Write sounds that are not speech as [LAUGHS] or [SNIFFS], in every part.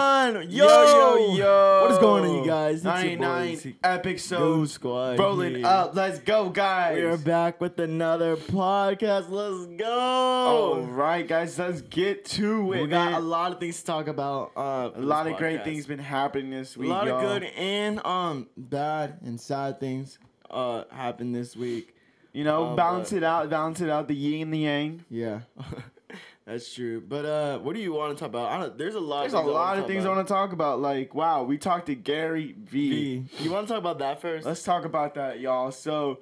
man. Yo, yo, yo. What is going on, you guys? It's your 99 boys, Epic Go Soul Squad. rolling here. up. Let's go, guys. We are back with another podcast. Let's go. All right, guys, let's get to Oh, it. we got a man. lot of things to talk about. Uh, A lot of great things been happening this A week. lot of y'all. good and um bad and sad things uh happened this week. You know, Um, balance but- it out, balance it out. The yin and the yang. Yeah, [LAUGHS] that's true. But uh, what do you want to talk about? I don't, there's a lot. There's a lot of things I on want to talk about. Like, wow, we talked to Gary V. be. You want to talk about that 1st Let's talk about that, y'all. So,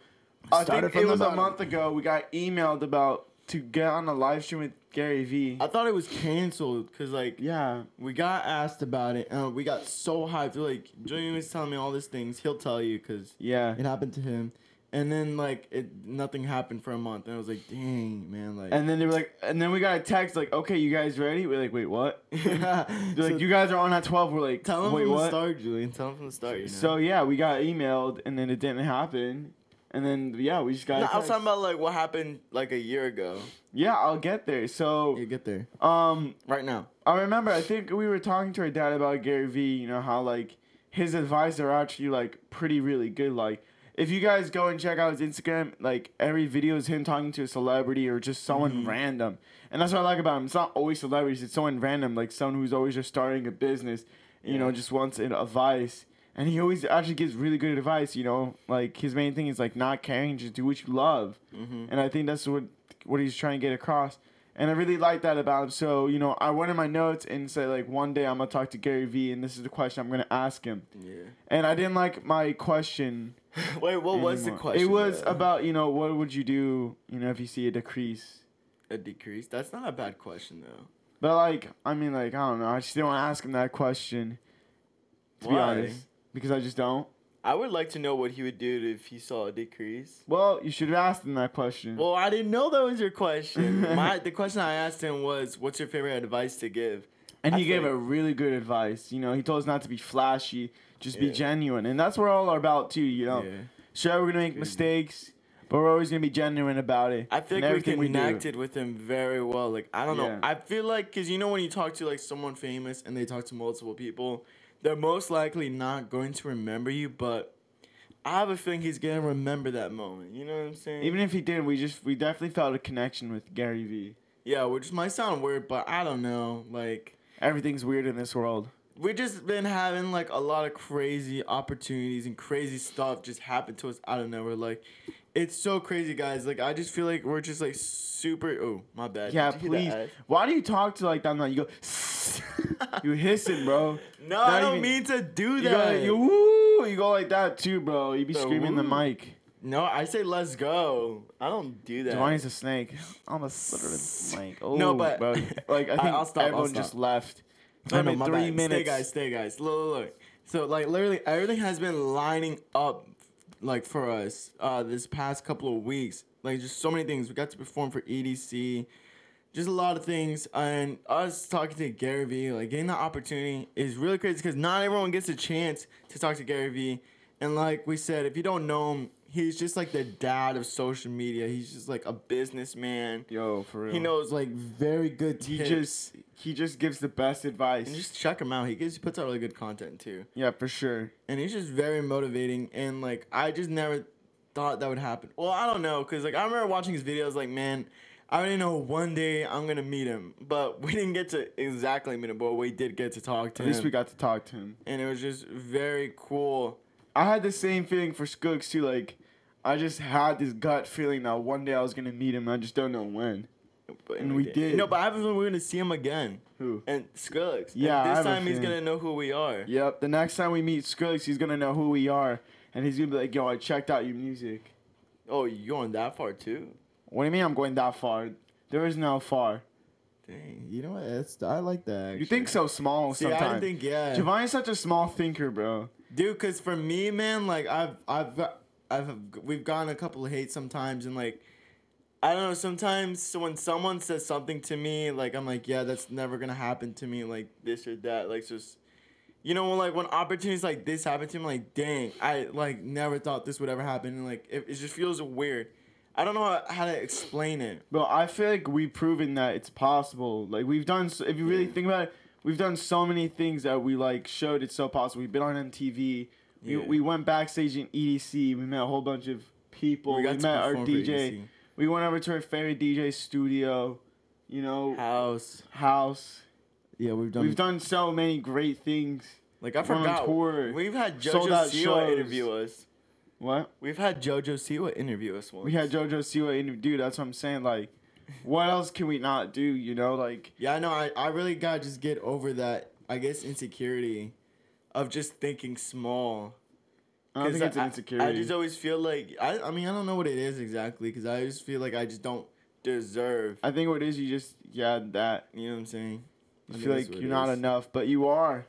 I Started think from it the was a bottom. month ago we got emailed about to get on a live stream with Gary V. I thought it was canceled because like yeah, we got asked about it and we got so hyped. Like Julian was telling me all these things. He'll tell you because yeah. it happened to him. And then like it, nothing happened for a month, and I was like, dang man, like. [LAUGHS] And then they were like, and then we got a text like, okay, you guys ready? We're like, wait, what? [LAUGHS] They're So like, you guys are on at 12. We're like, tell him wait, from what? the start, Julian. Tell him from the start. You know? So, yeah, we got emailed and then it didn't happen. And then, yeah, we just got. a No, I was text. talking about like what happened like a year ago. yeah, I'll get there. So, You get there um, right now. I remember, I think we were talking to our dad about Gary Vee, you know, how like his advice are actually like pretty really good. Like, if you guys go and check out his Instagram, like every video is him talking to a celebrity or just someone random. And that's what I like about him. It's not always celebrities, it's someone random, like someone who's always just starting a business, you know, just wants an advice. And he always actually gives really good advice, you know. Like his main thing is like not caring, just do what you love. Mm-hmm. And I think that's what what he's trying to get across. And I really like that about him. So, you know, I went in my notes and said, like, one day I'm going to talk to Gary Vee, and this is the question I'm going to ask him. Yeah. And I didn't like my question. [LAUGHS] Wait, what was the anymore. question? It was though? about, you know, what would you do, you know, if you see a decrease? a decrease. That's not a bad question though. But, like, I mean, like, I don't know. I just didn't want to ask him that question, to be Why? honest. Because I just don't. I would like to know what he would do if he saw a decrease. Well, you should have asked him that question. Well, I didn't know that was your [LAUGHS] question. My the question I asked him was, "What's your favorite advice to give?" And I he gave think- a really good advice. You know, he told us not to be flashy, just be Yeah. genuine. And that's what we're all about too, you know. Sure, we're gonna make mistakes, but we're always gonna be genuine about it. I feel in like we everything do. connected with him very well. Like I don't Yeah. know. I feel like because you know when you talk to like someone famous and they talk to multiple people, they're most likely not going to remember you. But I have a feeling he's gonna remember that moment. You know what I'm saying? Even if he didn't, we just we definitely felt a connection with Gary Vee. yeah, which might sound weird, but I don't know. Like Everything's weird in this world. we just been having like a lot of crazy opportunities and crazy stuff just happen to us out of nowhere. Like it's so crazy, guys. Like I just feel like we're just like super. Oh my bad. Yeah, Did you hear please. that? Why do you talk to like that? Now you go, [LAUGHS] you [LAUGHS] hissing, bro. No, Not I don't even- mean to do You go, that. you, woo, you go like that too, bro. You be The screaming the woo. mic. no, I say let's go. I don't do that. Giovanni's a snake. I'm a slithered snake. [LAUGHS] Oh, No, but- bro. like I I- think I'll stop, I'll everyone stop. just left. No, I no, mean, my three bad. Stay, minutes. guys. Stay, guys. Look, look, look. So, like, literally, everything has been lining up, like, for us uh, this past couple of weeks. Like, just so many things. We got to perform for EDC, just a lot of things. And us talking to Gary Vee, like, getting the opportunity is really crazy because not everyone gets a chance to talk to Gary Vee. And, like we said, if you don't know him, he's just like the dad of social media. He's just like a businessman. Yo, for real. He knows, like, very good He tips. just he just gives the best advice. And just check him out. He gives he puts out really good content too. yeah, for sure. And he's just very motivating and like I just never thought that would happen. Well, I don't know cuz like I remember watching his videos like man, I already know one day I'm going to meet him. But [LAUGHS] we didn't get to exactly meet him, but we did get to talk to At him. least we got to talk to him. and it was just very cool. I had the same feeling for Skooks too. Like, I just had this gut feeling that one day I was gonna meet him. I just don't know when. But- And we did. No, but I have a feeling we're going to see him again. Who? And Skrillex. And Yeah, I this have a time he's feeling. going to know who we are. Yep. The next time we meet Skooks, he's gonna know who we are, and he's gonna be like, "Yo, I checked out your music." Oh, you're going that far too? What do you mean I'm going that far? There is no far. Dang. You know what? That's, I like that. You think so small See, I sometimes. didn't think yeah. Giovanni's such a small thinker, bro. dude because for me man like i've i've got- i've we've gotten a couple of hate sometimes and like i don't know sometimes when someone says something to me like i'm like yeah that's never gonna happen to me like this or that like just you know when like when opportunities like this happen to me like dang i like never thought this would ever happen and like it, it just feels weird i don't know how, how to explain it Bro, I feel like we've proven that it's possible. Like we've done. s- If you really Yeah. think about it, we've done so many things that we like showed it's so possible. We've been on MTV. We, Yeah. we went backstage in EDC. We met a whole bunch of people. We, got to met our perform for E DJ. EDC. We went over to our favorite DJ studio. You know, House. house. Yeah, we've done. We've done so many great things. like I we're on forgot. tour. We've had Sold out JoJo Siwa shows. interview us. What? We've had JoJo Siwa interview us once. We had JoJo Siwa in dude, that's what I'm saying. Like, what else can we not do? You know, like Yeah, I know. I, I really gotta just get over that. I guess insecurity of just thinking small. I don't think it's an I, insecurity. just always feel like I. I mean, I don't know what it is exactly because I just feel like I just don't deserve. I think what it is you just yeah, that You know what I'm saying? I you think feel that's like what you're it not is. enough, but you are.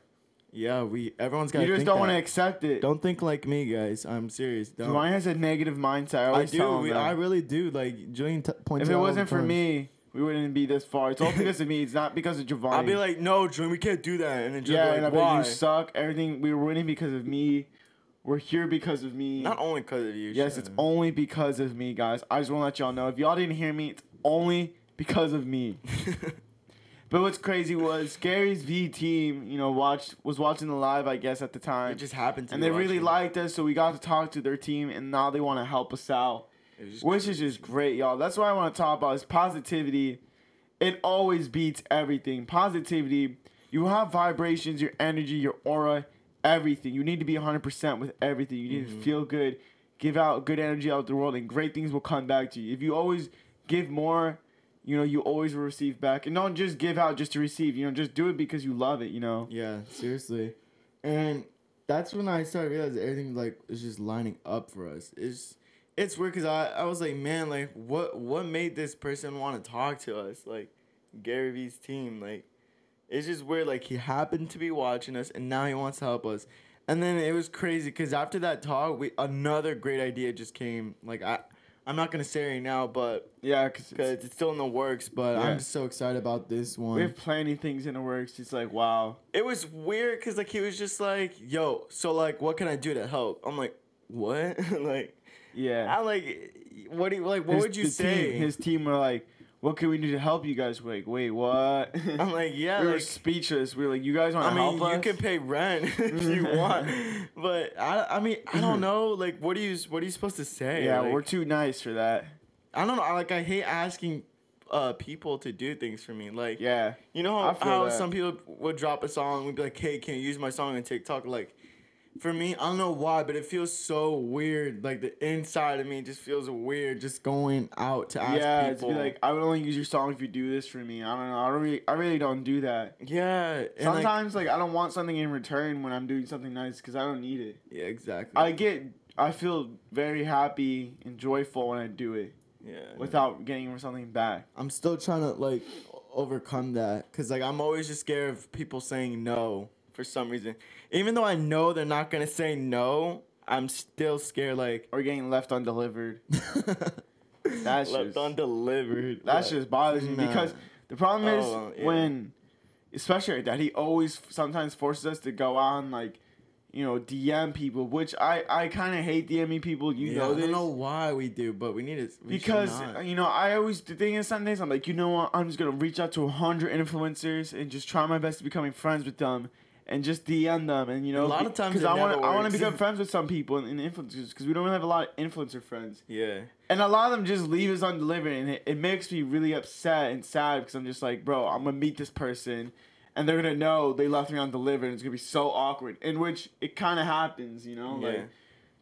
Yeah, we. Everyone's got. You just don't want to accept it. Don't think like me, guys. I'm serious. Don't. Julian has a negative mindset. I I always do. tell him We, that. I really do. Like Julian t- points. if out it all the wasn't for time. me, we wouldn't be this [LAUGHS] far. It's all because of me. It's not because of Javon. I'd be like, no, Julian, we can't do that. And then Julian, yeah, yeah, and like, I'd be like, why? you suck. Everything we were winning because of me. We're here because of me. Not only because of you. Yes, it's Shannon. only because of me, guys. I just want to let y'all know. If y'all didn't hear me, it's only because of me. [LAUGHS] But what's crazy was Gary's V team, you know, watched was watching the live, I guess, at the it time, just happened to. and be they really watching. liked us, so we got to talk to their team, and now they want to help us out, It was just which is just great, y'all. That's what I want to talk about is positivity. It always beats everything. Positivity. You have vibrations, your energy, your aura, everything. You need to be 100% with everything. You need to feel good, give out good energy out to the world, and great things will come back to you. If you always give more, you know, you always will receive back. And don't just give out just to receive. You know, just do it because you love it, you know. Yeah, seriously. And that's when I started realizing everything like is just lining up for us. It's it's weird because I, I was like, man, like what what made this person want to talk to us? Like Gary Vee's team, like it's just weird. Like he happened to be watching us and now he wants to help us. And then it was crazy because after that talk, we another great idea just came. Like I I'm not gonna say right now, but Yeah, because because it's still in the works. But Yeah. I'm so excited about this one. we have plenty of things in the works. It's like, wow. it was weird because like he was just like, "Yo, so like, what can I do to help?" I'm like, "What?" [LAUGHS] like, Yeah. I like, what do you like? What His- would you the team- say? his team were like, "What can we do to help you guys?" We're like, "Wait, what?" [LAUGHS] I'm like, yeah, we were like, speechless. We were like, "You guys want to I mean, help us?" you can pay rent [LAUGHS] if you want, but I, I mean, I don't know. Like, what do you, what are you supposed to say? yeah, like, we're too nice for that. I don't know. I, like, I hate asking uh people to do things for me. Like, Yeah, You know how, I feel how that. some people would drop a song and would be like, hey, can you use my song on TikTok? Like, for me, I don't know why, but it feels so weird. Like, the inside of me just feels weird just going out to ask yeah. It's be people. like, "I would only use your song if you do this for me." I don't know. I don't really. I really don't do that. yeah. and, like- Sometimes, like, I don't want something in return when I'm doing something nice because I don't need it. yeah, exactly. I get. I feel very happy and joyful when I do it yeah. without getting something back. I'm still trying to, like, o- overcome that. Because, like, I'm always just scared of people saying no for some reason. Even though I know they're not going to say no, I'm still scared, like, Or getting left undelivered. [LAUGHS] That's [LAUGHS] left just- undelivered. That Yeah. just bothers me Nah. because the problem is Oh, yeah. when, especially our dad, he always sometimes forces us to go on like, you know, DM people, which I I kind of hate DMing people. You Yeah, know I this don't know why we do, but we need to. We should because uh, not. you know I always the thing is some days I'm like you know what I'm just gonna reach out to hundred influencers and just try my best to becoming friends with them and just DM them and you A know lot be- of times it I want never I want works. [LAUGHS] to become friends with some people and, and influencers because we don't really have a lot of influencer friends. yeah, And a lot of them just leave us undelivered, and it, it makes me really upset and sad because I'm just like, bro, I'm gonna meet this person, and they're gonna know they left me undelivered, and it's gonna be so awkward. In which it kind of happens, you know, Yeah. like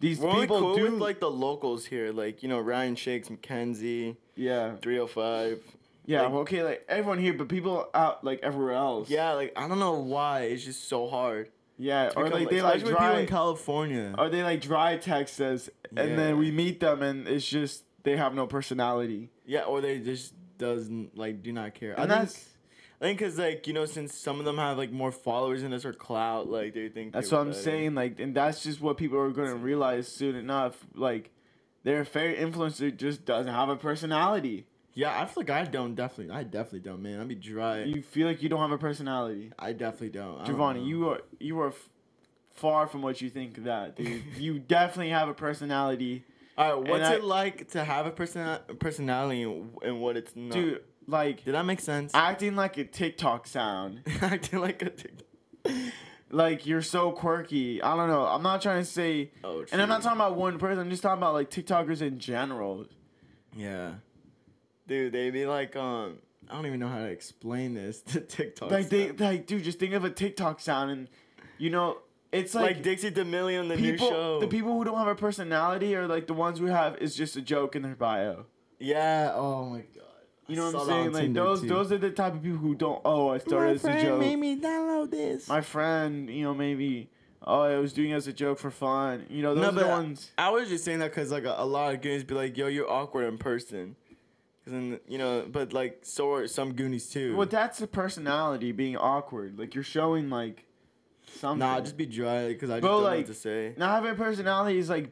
these we're people only cool do, with like the locals here, like you know Ryan Shakes, McKenzie, yeah, three hundred five. yeah, like- well, okay, like everyone here, but people out like everywhere else, Yeah, like I don't know why it's just so hard. Uh, yeah, or Become, like they like especially with people in dry, California. or they like dry text us, and Yeah. then we meet them, and it's just they have no personality, yeah, or they just doesn't like do not care. I and think that's. I think because like you know since some of them have like more followers than us or clout, like they think That's they're what I'm better. saying. Like, and that's just what people are gonna realize soon enough. Like, their fair influencer just doesn't have a personality. Yeah, I feel like I don't definitely. I definitely don't, man. I'd be dry. You feel like you don't have a personality, I definitely don't. I don't know. Giovanni. You are you are f- far from what you think [LAUGHS] that. Dude. you definitely have a personality, All right, what's I- it like to have a person personality and and what it's not? dude. like Did that make sense? acting like a TikTok sound. [LAUGHS] Acting like a [LAUGHS] TikTok. Like you're so quirky. I don't know. I'm not trying to say, Oh, and I'm not true. talking about one person. I'm just talking about like TikTokers in general. Yeah. Dude, they be like, um, I don't even know how to explain this [LAUGHS] to TikTok. Like they, stuff. like dude, just think of a TikTok sound, and you know, it's like, like, Dixie D'Amelio on the new show. people. The people who don't have a personality are like the ones who have is just a joke in their bio. yeah. Oh my god. You know what I'm saying? Like those, those are the type of people who don't. Oh, I started as a joke. me download this. My friend, you know, maybe. Oh, I was doing it as a joke for fun. You know, those no, are the but ones. I was just saying that because like a, a lot of goonies be like, "Yo, you're awkward in person," because then you know. But like, so are some goonies too. Well, that's the personality being awkward. Like you're showing like something. Nah, just be dry because I just Bro, don't know like- what to say. not having a personality is like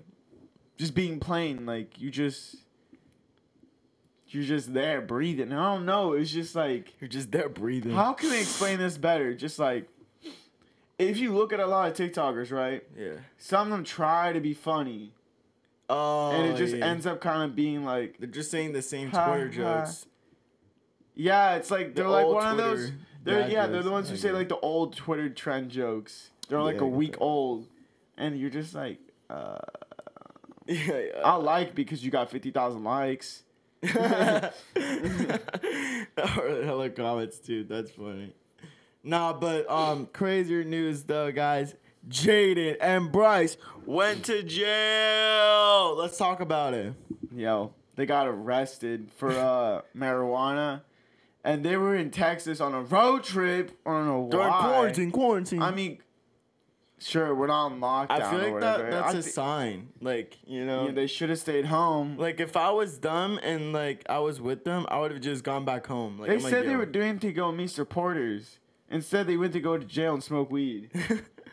just being plain. Like you just you're just there breathing. I don't know. It's just like You're just there breathing. how can we explain this better? Just like if you look at a lot of TikTokers, right? Yeah. Some of them try to be funny, Oh. and it just yeah. ends up kind of being like They're just saying the same Ha, Twitter ha. jokes. Yeah, it's like The they're like old one of those. Twitter They're dad yeah, they're the jokes. ones who I say get it. like the old Twitter trend jokes. They're Yeah, like I a get week that. old, and you're just like, uh, Yeah. I like because you got fifty thousand likes. [LAUGHS] yeah. "Ah." [LAUGHS] Or [LAUGHS] hella comments, dude. That's funny. Nah, but um, crazier news though, guys. Jaden and Bryce went to jail. Let's talk about it. Yo, they got arrested for [LAUGHS] uh marijuana, and they were in Texas on a road trip. I don't know why. During quarantine, quarantine. I mean, sure, we're not on lockdown. I feel or like that, whatever. that's I a thi- sign. Like, you know, yeah, they should have stayed home. like if I was dumb and like I was with them, I would have just gone back home. Like, They I'm like, said they "Yo." were [LAUGHS] doing to go meet supporters. Instead, they went to go to jail and smoke weed.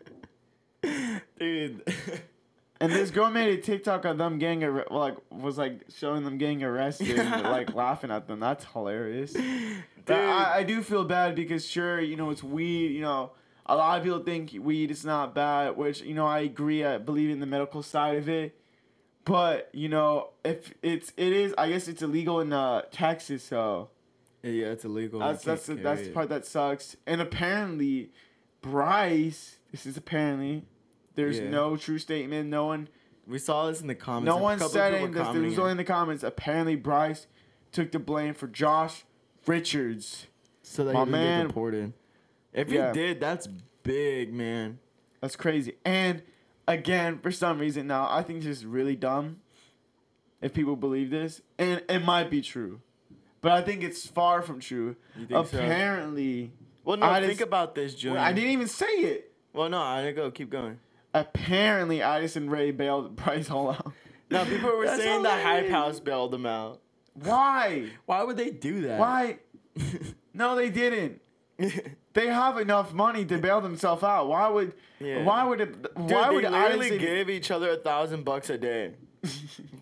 [LAUGHS] dude. And this girl made a TikTok of them getting arre- well, like was like showing them [LAUGHS] getting arrested, and, like laughing at them. That's hilarious. But I, I do feel bad because sure, you know it's weed. You know, a lot of people think weed is not bad, which you know I agree. I believe in the medical side of it, but you know if it's it is, I guess it's illegal in uh, Texas. So yeah, it's illegal. You that's can't that's the, carry that's the it. part that sucks. And apparently, Bryce. This is apparently. There's Yeah. no true statement. No one. We saw this in the comments. No a one couple said people anything. This- It commenting was only in the comments. Apparently, Bryce took the blame for Josh Richards. so that My he didn't man- get deported. If Yeah. he did, that's big, man. That's crazy. And again, for some reason now, I think this is really dumb. If people believe this, and it might be true, but I think it's far from true. You think so? Apparently, Well, no, I think just- about this, Julian. I didn't even say it. Well, no, I didn't go. Keep [LAUGHS] going. Apparently, Addison Ray bailed Bryce Hall out. Now people were [LAUGHS] That's saying the hype hilarious. house bailed them out. Why? Why [LAUGHS] would they do that? [LAUGHS] Why? No, they didn't. They have enough money to bail themselves out. Why would? Yeah. Why would it? Dude, why would they literally Addison? give each other a thousand bucks a day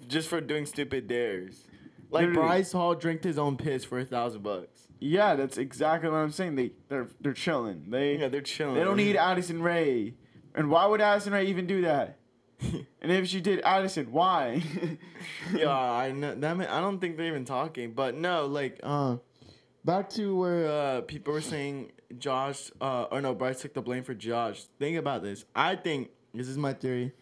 just for doing stupid dares? Like Literally. Bryce Hall drank his own piss for a thousand bucks. [LAUGHS] yeah, that's exactly what I'm saying. They they're they're chilling. They Yeah, they're chilling. they don't need Addison Ray. And why would Addison Ray even do that? [LAUGHS] and if she did, Addison, why? yeah, I know. That ma- I don't think they're even talking. But no, like, uh, back to where uh, people were saying Josh, uh, or no, Bryce took the blame for Josh. Think about this. I think this is my theory.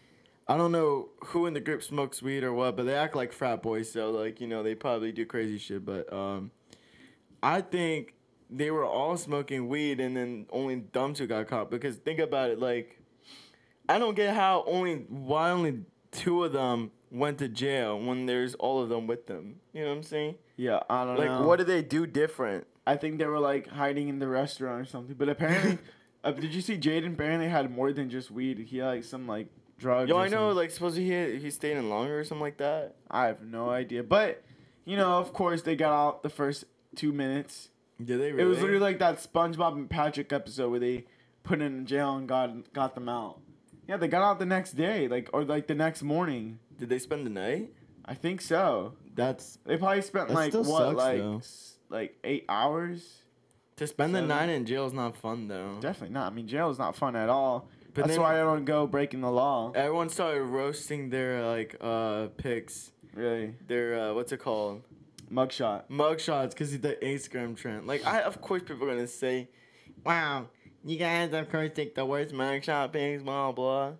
I don't know who in the group smokes weed or what, but they act like frat boys. So like, you know, they probably do crazy shit. But um, I think they were all smoking weed, and then only dumb two got caught. Because think about it, like. I don't get how only why only two of them went to jail when there's all of them with them. You know what I'm saying? yeah, I don't Like, know. what did they do different? I think they were like hiding in the restaurant or something. [LAUGHS] But apparently, uh, did you see Jaden? Apparently, had more than just weed. He had like some like drugs. Yo, or I know. something. Like, supposedly he he stayed in longer or something like that. I have no idea. But you know, of course, they got out the first two minutes. Did they It was literally like that SpongeBob and Patrick episode where they put in jail and got got them out. Yeah, they got out the next day, like or like the next morning. Did they spend the night? I think so. That's They probably spent That like still what, sucks, like though. Mm-hmm. s- like eight hours. to spend the Seven. night in jail is not fun though. Definitely not. I mean, jail is not fun at all. But That's then- why I don't go breaking the law. Everyone started roasting their like uh picks. Really, Their uh, what's it called? Mugshot. mugshots because it's the Instagram trend. Like, I of course people are gonna say, "Wow, you guys of course take the worst mugshot pics, blah blah."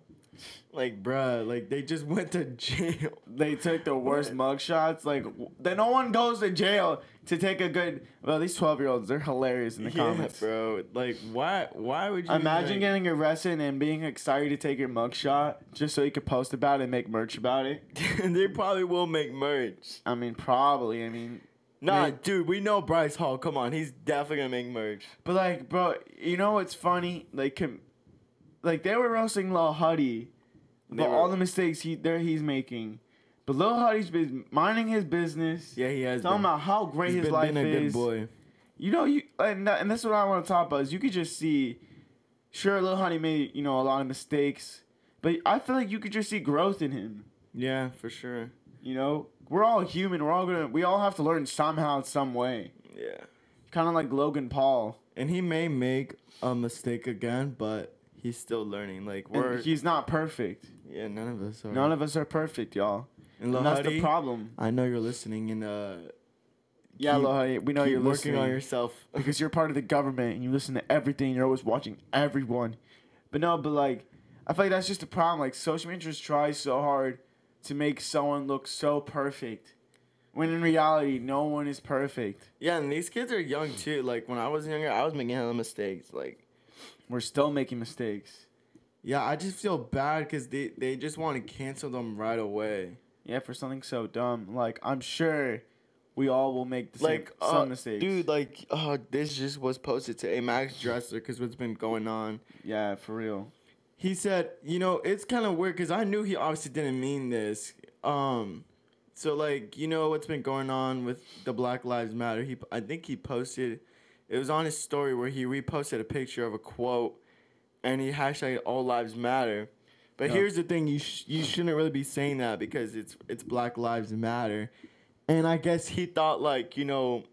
Like, bruh, like they just went to [LAUGHS] jail. They took the worst mugshots. Like, w- then no one goes to jail to take a good. Well, these twelve year olds, they're hilarious in the comments. bro. Like, why? Why would you Imagine like, getting arrested and being excited to take your mugshot just so you could post about it and make merch about it. [LAUGHS] they probably will make merch. I mean, probably. I mean, Nah, Man. dude, we know Bryce Hall. Come on, he's definitely gonna make merch. but like, bro, you know what's funny? Like, com- like they were roasting Lil Huddy, They but were- all the mistakes he there he's making. But Lil Huddy's been minding his business. Yeah, he has. Talking been. about how great He's his been, life been a good is. boy. you know, you and, that, and that's what I want to talk about is you could just see, sure, Lil Honey made you know a lot of mistakes, but I feel like you could just see growth in him. Yeah, for sure. You know, we're all human. We're all gonna. We all have to learn somehow, some way. Yeah. Kind of like Logan Paul. And he may make a mistake again, but he's still learning. Like, And we're he's not perfect. yeah, none of us are. None of us are perfect, y'all. And And that's the problem. problem. I know you're listening, and uh, Yeah, Keep- Lil Honey, we know keep you're working listening on yourself. [LAUGHS] [LAUGHS] because you're part of the government and you listen to everything. You're always watching everyone. But no, but like, I feel like that's just the problem. Like, social media just tries so hard to make someone look so perfect, when in reality, no one is perfect. Yeah, and these kids are young too. Like when I was younger, I was making hella mistakes. Like, We're still making mistakes. yeah, I just feel bad because they they just want to cancel them right away. Yeah, for something so dumb. Like, I'm sure we all will make the Like same, uh, some mistakes. dude. Like, uh, this just was posted to a Max Dresser because what's been going on. Yeah, for real. He said, you know, it's kind of weird because I knew he obviously didn't mean this. Um, so like, you know what's been going on with the Black Lives Matter? He, I think he posted, it was on his story where he reposted a picture of a quote, and he hashtagged All Lives Matter. But Yeah. here's the thing: you sh- you shouldn't really be saying that because it's it's Black Lives Matter, and I guess he thought like you know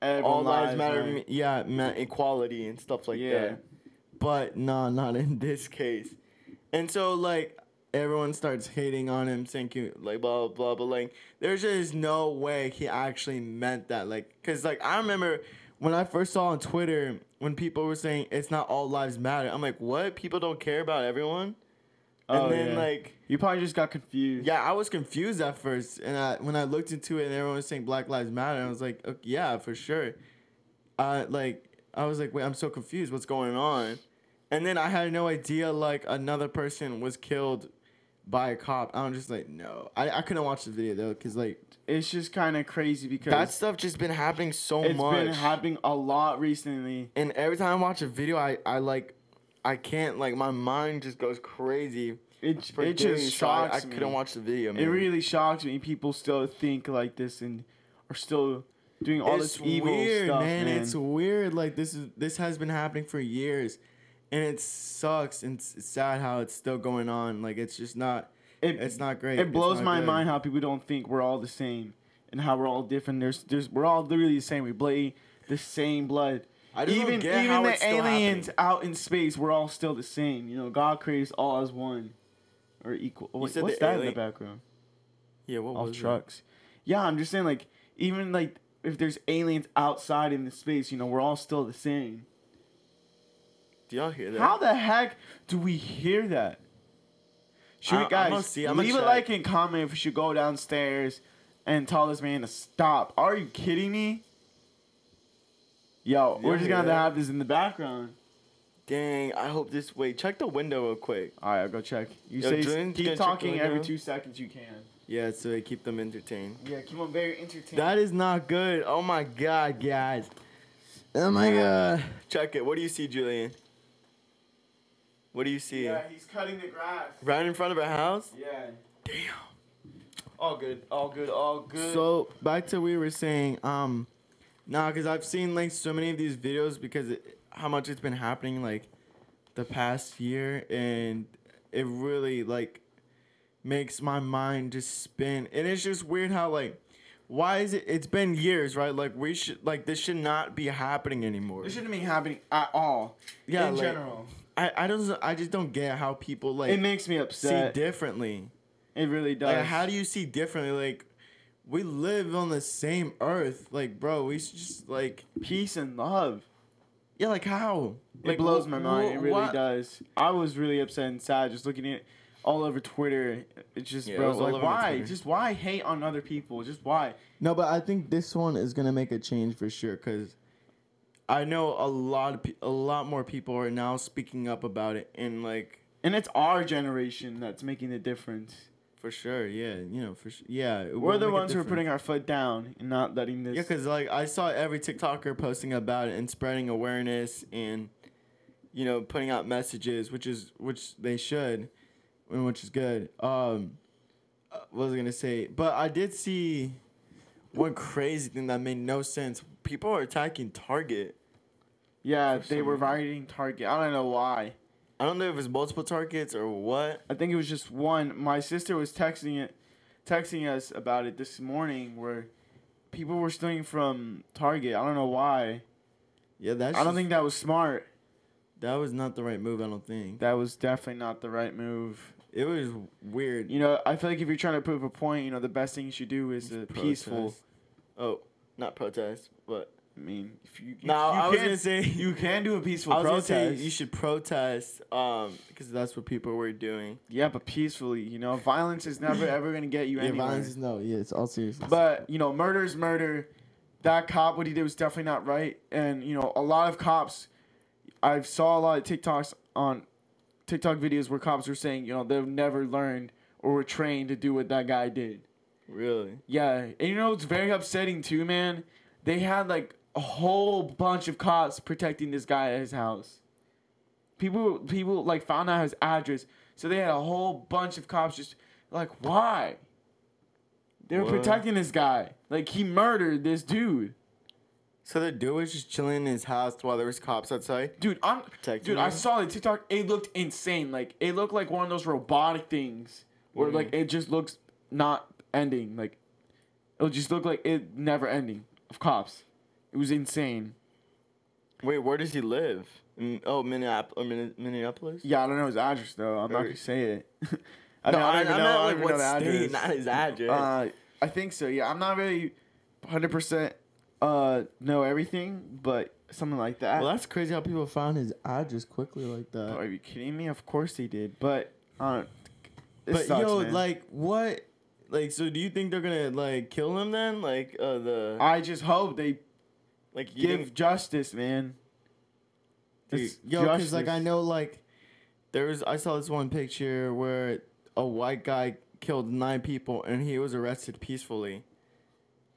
Everyone all lives, lies, matter, right? me- yeah, ma- equality and stuff like Yeah. that. But nah, not in this case. And so like everyone starts hating on him, saying you like blah blah blah. But like there's just no way he actually meant that. Like, cause like I remember when I first saw on Twitter when people were saying it's not all lives matter. I'm like, what? People don't care about everyone. Oh, and then yeah. like you probably just got confused. yeah, I was confused at first, and I, when I looked into it, and everyone was saying Black Lives Matter, I was like, okay, yeah, for sure. Uh, like I was like, wait, I'm so confused. What's going on? And then I had no idea like another person was killed by a cop. I'm just like, no, I, I couldn't watch the video though, cause like It's just kind of crazy because that stuff just been happening so It's much. been happening a lot recently. and every time I watch a video, I I like, I can't like my mind just goes crazy. It For it just days, so I- shocks I, me. couldn't watch the video. Man. It really shocks me. People still think like this and are still doing all it's this evil weird, stuff, man. man. It's weird. Like this is this has been happening for years, and it sucks and it's it's sad how it's still going on. Like it's just not. it, It's not great. it blows my mind mind how people don't think we're all the same and how we're all different. There's there's we're all literally the same. We play the same blood. I just don't even get even how the it's still aliens out in space, we're all still the same. You know, God created us all as one or equal. Oh, wait, said what's the that in alien- the background? Yeah, what all was trucks. Yeah, I'm just saying like even like if there's aliens outside in the space, you know, we're all still the same. It? Do y'all hear that? How the heck do we hear that? Should I- we I'm guys gonna see, I'm gonna leave a check. like and comment if we should go downstairs and tell this man to stop? Are you kidding me? Yo, You we're just hear gonna have to that? have this in the background. Dang, I hope this. Wait, check the window real quick. All right, I'll go check. You Yo, say Jordan's keep gonna check the talking every window? two seconds you can. Yeah, so they keep them entertained. Yeah, keep on very entertaining. That is not good. Oh my god, guys. Oh my god. Check it. What do you see, Julian? What do you see? yeah, he's cutting the grass. Right in front of a house? Yeah. Damn. All good, all good, all good. So back to we were saying, um, nah, because I've seen like so many of these videos because it, how much it's been happening like the past year, and it really like makes my mind just spin, and it's just weird how like. Why is it? It's been years, right? Like we should, like this should not be happening anymore. This shouldn't be happening at all. Yeah, in like, general, I, I don't, I just don't get how people like it makes me see upset. differently. it really does. Like, how do you see differently? Like, we live on the same earth. Like, bro, we should just like Peace and love. yeah, like how? it blows my mind. it really does. does. I was really upset and sad just looking at all over Twitter. It's just, Yeah, it bro, was all like over why? Twitter. Just why hate on other people? Just why? No, but I think this one is gonna make a change for sure because I know a lot of pe- a lot more people are now speaking up about it and like And it's our generation that's making the difference. for sure, yeah, you know for sure, yeah. it We're will the make a ones who are difference. putting our foot down and not letting this. yeah, because like I saw every TikToker posting about it and spreading awareness and you know putting out messages, which is which they should, and which is good. Um, uh, what was I gonna say? But I did see one crazy thing that made no sense. People are attacking Target. yeah, For they some were reason. rioting Target. I don't know why. I don't know if it's multiple targets or what. I think it was just one. My sister was texting it, texting us about it this morning, where people were stealing from Target. I don't know why. Yeah, that's. I don't think that was smart. that was not the right move. I don't think That was definitely not the right move. it was weird. You know, I feel like if you're trying to prove a point, you know, the best thing you should do is uh, peaceful. Protest. Oh, not protest, but I mean, if you, no. you I was can, gonna say [LAUGHS] you can do a peaceful I was protest. gonna say you should protest, um, because that's what people were doing. yeah, but peacefully. You know, violence is never ever gonna get you anywhere. no. Yeah, it's all serious. But you know, murder is murder. That cop, what he did was definitely not right. And you know, a lot of cops, I saw a lot of TikToks on TikTok videos where cops were saying, you know, they've never learned or were trained to do what that guy did. really, Yeah, and you know it's very upsetting too, man. They had like a whole bunch of cops protecting this guy at his house. People, people like found out his address, so they had a whole bunch of cops just like why? They were What? protecting this guy. Like he murdered this dude. so the dude was just chilling in his house while there was cops outside. Dude, I'm Protecting dude. I him? saw the TikTok. It looked insane. Like it looked like one of those robotic things where Mhm. like it just looks not ending. Like it'll just look like it never ending of cops. It was insane. Wait, where does he live? In, oh, Minneapolis. Or Min- Minneapolis. Yeah, I don't know his address though. I'm not Or- gonna say it. [LAUGHS] I, no, mean, I I, don't even I know. meant I like don't even know what the state, address. not his address. Uh, I think so. Yeah, I'm not really 100 percent uh know everything, but something like that. Well, that's crazy how people found his address quickly like Oh, that. Are you kidding me? Of course they did, but uh, it But sucks, yo, man. like what? Like, so do you think they're gonna like kill him then? Like, uh, the I just hope they like you give think- justice, man. It's yo, because like justice. I know like there was I saw this one picture where a white guy killed nine people and he was arrested peacefully.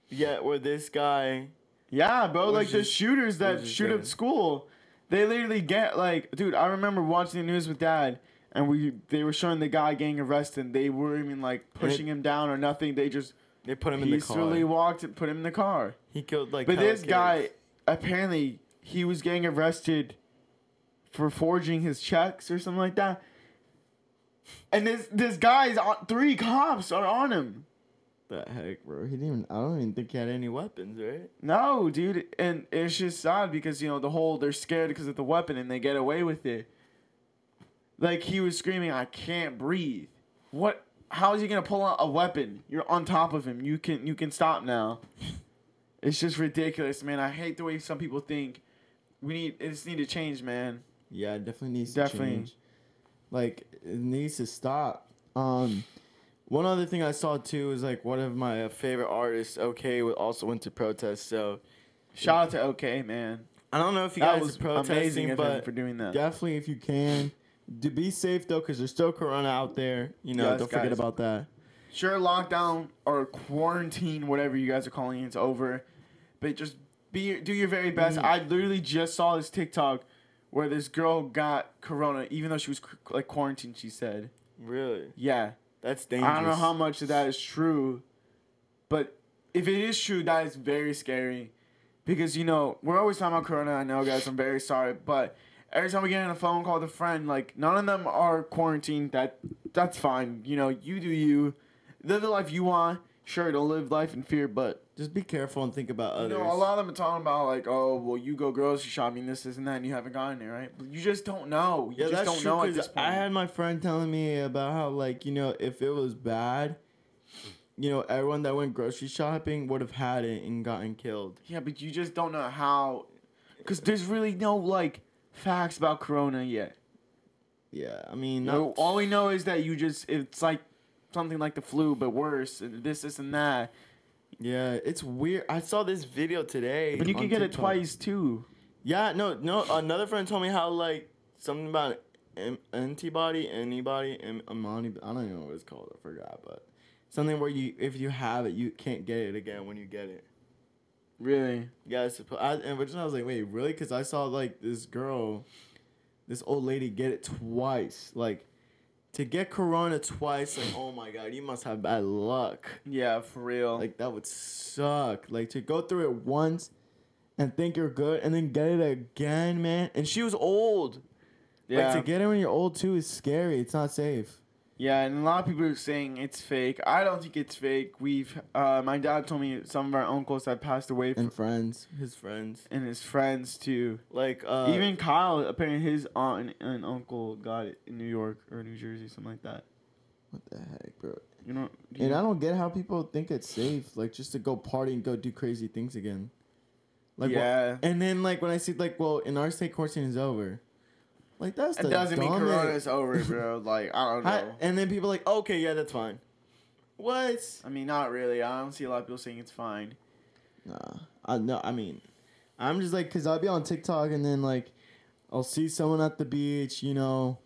Yet, where this guy, Yeah, bro. Which Like the is- shooters that which is shoot up good. school, they literally get like, dude. I remember watching the news with dad, and we they were showing the guy getting arrested. They weren't even like pushing him down or nothing. They just they put him in the car. peacefully walked and put him in the car. He killed like. But hella this kids. guy, apparently, he was getting arrested for forging his checks or something like that. And this this guy's on, three cops are on him. the heck, bro, he didn't. Even, I don't even think he had any weapons, right? No, dude, and it's just sad because you know the whole they're scared because of the weapon and they get away with it. Like he was screaming, "I can't breathe." What? How is he gonna pull out a weapon? You're on top of him. You can you can stop now. It's just ridiculous, man. I hate the way some people think. We need it just need to change, man. Yeah, it definitely needs Definitely. to change. Like it needs to stop. Um, one other thing I saw too is like one of my favorite artists, OK, wa- also went to protest. So Shout out to OK, man. I don't know if you That guys was are protesting, amazing of him but for doing that. definitely if you can, do be safe though, because there's still Corona out there. You know, Yes, don't forget guys. about that. sure lockdown or quarantine whatever you guys are calling it, it's over but just be do your very best Mhm. i literally just saw this tiktok where this girl got corona even though she was qu- like quarantined she said Really, yeah that's dangerous. i don't know how much of that is true but if it is true that is very scary because you know we're always talking about corona i know guys i'm very sorry but every time we get on a phone call with a friend like none of them are quarantined that that's fine you know you do you live the life you want sure don't live life in fear but Just be careful and think about you others. know a lot of them are talking about like oh well you go grocery shopping this this and that and you haven't gotten it right but you just don't know you yeah, just that's don't true. know at 'cause this point I had my friend telling me about how like you know if it was bad, you know, everyone that went grocery shopping would have had it and gotten killed. Yeah, but you just don't know how, because there's really no like facts about Corona yet. Yeah, I mean, You not, know, all we know is that you just it's like something like the flu, but worse, and this, this, and that. yeah, it's weird. I saw this video today. But you on can get it TikTok. twice too. Yeah, no, no. Another friend told me how like something about an antibody, antibody, and amani. I don't even know what it's called. I forgot, but something where you if you have it, you can't get it again when you get it. Really? Yeah, I suppo- I, and which I was like, wait, really? Because I saw like this girl, this old lady get it twice. Like to get corona twice. Like oh my god, you must have bad luck. Yeah, for real. Like that would suck. Like to go through it once and think you're good and then get it again, man. And she was old. yeah. Like to get it when you're old too is scary. It's not safe. Yeah, and a lot of people are saying it's fake. I don't think it's fake. We've uh, my dad told me some of our uncles had passed away from, And friends, his friends. and his friends too. Like uh Even Kyle, apparently his aunt and, and uncle got it in New York or New Jersey, something like that. what the heck, bro? You know, do And you- I don't get how people think it's safe, like just to go party and go do crazy things again. Like wha- yeah, and then like when I see like, well, in our state quarantine is over. Like that's the it doesn't mean dumbest- Corona's over, [LAUGHS] bro. Like I don't know. I- I, and then people are like, okay, yeah, that's fine. What? mean, not really. I don't see a lot of people saying it's fine. Nah, I no, I mean, I'm just like, cause I'll be on TikTok and then like, I'll see someone at the beach, you know,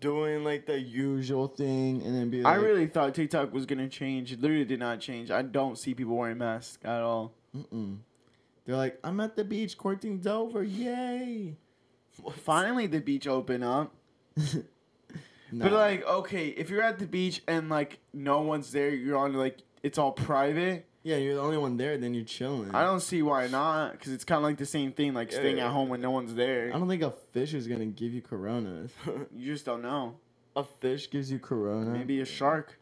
doing like the usual thing, and then be I like, really thought TikTok was gonna change. It literally did not change. I don't see people wearing masks at all. Mm-mm. they're like, I'm at the beach, quarantine's over, yay. [LAUGHS] Finally, the beach opened up. But Nah. like, okay, if you're at the beach and like no one's there, you're on like it's all private. yeah, you're the only one there, then you're chilling. I don't see why not, because it's kind of like the same thing, like Yeah, staying yeah. at home when no one's I there. don't think a fish is gonna give you corona. [LAUGHS] You just don't know. a fish gives you corona. Maybe a shark.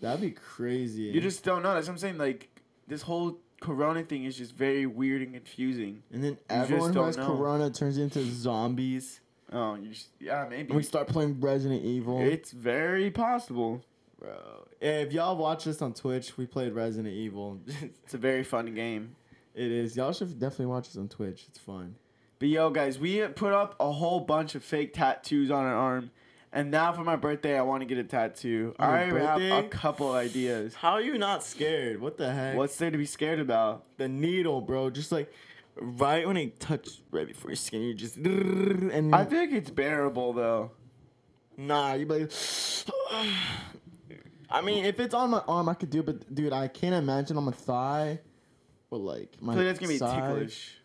that'd be crazy. You just don't know. That's what I'm saying. Like this whole Corona thing is just very weird and confusing. and then everyone who don't has know. corona turns into zombies, Oh, you just yeah, maybe. and we start playing Resident Evil. It's very possible. Bro, if y'all watch this on Twitch, we played Resident Evil. [LAUGHS] It's a very fun game. it is. Y'all should definitely watch this on Twitch. It's fun. But yo, guys, we put up a whole bunch of fake tattoos on our arm, and now for my birthday, I want to get a tattoo. On I your already have a birthday? couple ideas. How are you not scared? What the heck? What's there to be scared about? the needle, bro? Just like right when it touches right before your skin, you just [LAUGHS] and I feel like it's bearable though. nah, you like. [SIGHS] I mean, if it's on my arm, I could do it, but dude, I can't imagine on my thigh or like my. I feel like that's gonna be side. ticklish.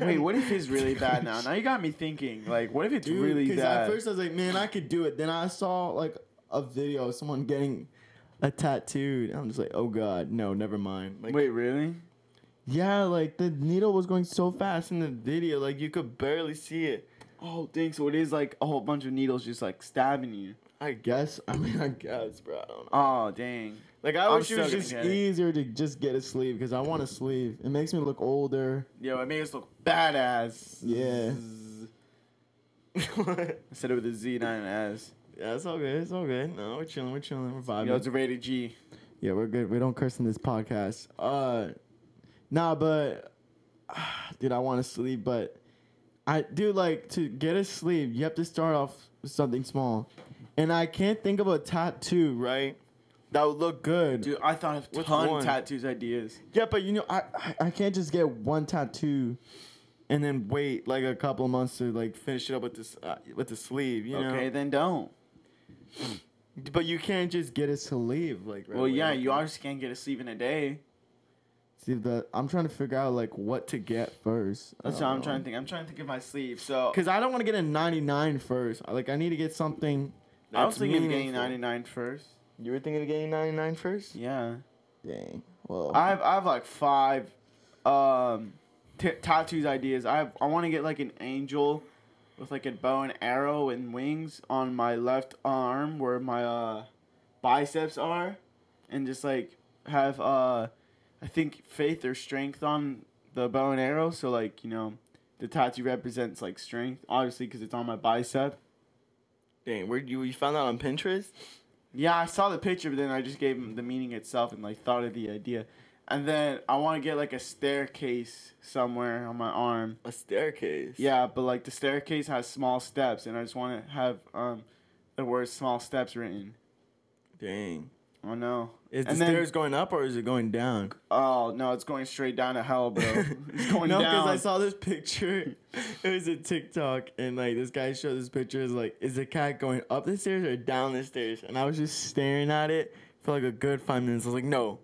Wait, [LAUGHS] what if it's really bad now? Now you got me thinking. Like, what if it's Dude, really 'cause bad? At first, I was like, man, I could do it. Then I saw like a video of someone getting a tattooed. I'm just like, oh god, no, never mind. Like, Wait, really? yeah, like the needle was going so fast in the video, like you could barely see it. Oh, dang. So it is like a whole bunch of needles just like stabbing you. I guess. [LAUGHS] I mean, I guess, bro. I don't know. Oh, dang. Like, I I'm wish it was still just gonna get it. easier to just get a sleeve because I want a sleeve. It makes me look older. Yo, it made us look badass. Yeah. [LAUGHS] yeah, I said it with a Z, not an S. it's all good. It's all good. No, we're chilling. We're chilling. We're vibing. Yo, it's a rated G. Yeah, we're good. We don't curse in this podcast. Uh, nah, but [SIGHS] dude, I want to sleep, but I do like to get a sleep. You have to start off with something small, and I can't think of a tattoo right that would look good. Dude, I thought of Which ton one? of tattoos ideas. Yeah, but you know, I I- I can't just get one tattoo, and then wait like a couple of months to like finish it up with this uh, with the sleeve. You okay, know, then don't. but you can't just get a sleeve like. Right well, yeah, away. you obviously can't get a sleeve in a day. See the I'm trying to figure out like what to get first. I That's what don't I'm know. trying to think. I'm trying to think of my sleeve. So Cause I don't want to get a 99 first. Like I need to get something. I was thinking of getting meaningful. 99 first. You were thinking of getting 99 first? Yeah, Dang. Well, I have I have like five um t- tattoos ideas. I have I want to get like an angel with like a bow and arrow and wings on my left arm where my uh biceps are, and just like have uh I think faith or strength on the bow and arrow. So like you know the tattoo represents like strength, obviously because it's on my bicep. dang. Where you you found that on Pinterest? Yeah, I saw the picture, but then I just gave him the meaning itself and like thought of the idea. And then I want to get like a staircase somewhere on my arm. A staircase. Yeah, but like the staircase has small steps, and I just want to have um the word "small steps" written. Dang. Oh no! Is the And then- stairs going up or is it going down? Oh no! It's going straight down to [LAUGHS] hell, bro. It's going no, down. because I saw this picture. [LAUGHS] It was a TikTok, and like this guy showed this picture. Is like, is the cat going up the stairs or down the stairs? And I was just staring at it for like a good five minutes. I was like, no,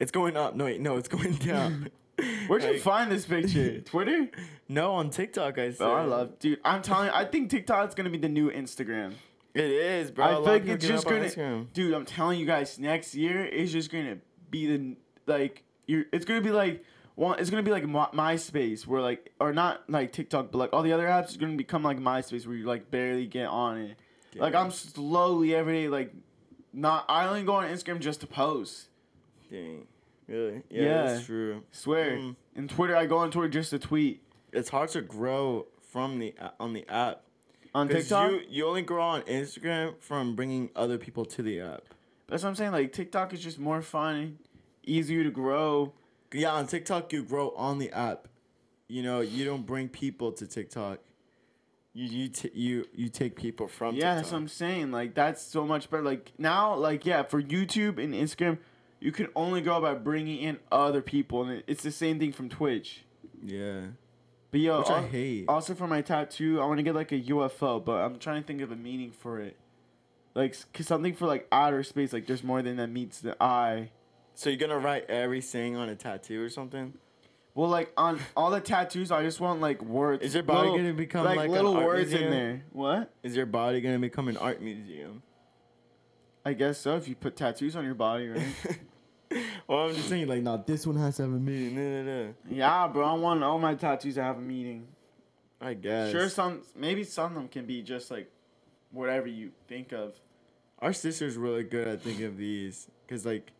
it's going up. No, wait, no, it's going [LAUGHS] down. [LAUGHS] Where'd you Like, find this [LAUGHS] picture? Twitter? No, on TikTok, I said. Oh, I love, dude. I'm telling you, I think TikTok's gonna be the new Instagram. it is, bro. A I lot of think people it's get just up on gonna, Instagram. dude. I'm telling you guys, next year it's just gonna be the like you're. It's gonna be like one. It's gonna be like My, MySpace, where like or not like TikTok, but like all the other apps is gonna become like MySpace, where you like barely get on it. Like I'm slowly every day like not. I only go on Instagram just to post. Dang. Really? Yeah, Yeah. that's true. Swear. Mm. And Twitter, I go on Twitter just to tweet. It's hard to grow from the a- on the app. On 'Cause TikTok, you you only grow on Instagram from bringing other people to the app. that's what I'm saying. Like TikTok is just more fun, easier to grow. Yeah, on TikTok you grow on the app. You know, you don't bring people to TikTok. You you t- you you take people from Yeah, that's what TikTok. I'm saying. Like that's so much better. Like now, like yeah, for YouTube and Instagram, you can only go by bringing in other people, and it- it's the same thing from Twitch. yeah. But yo, Which I al- hate. also for my tattoo, I want to get like a UFO, but I'm trying to think of a meaning for it, like s- 'cause something for like outer space. Like there's more than that meets the eye. So you're gonna write every saying on a tattoo or something? Well, like on all the tattoos, I just want like words. Is your body gonna become, like, an little art words in museum? there? What? Is your body gonna become an art [LAUGHS] museum? [LAUGHS] I guess so. If you put tattoos on your body, [LAUGHS] right? Well, I'm just saying, like, no, this one has to have a meaning. Nah, nah, nah. yeah, bro. I want all my tattoos to have a meaning. I guess. Sure, some maybe some of them can be just like whatever you think of. Our sister's really good at thinking of these. Because, like,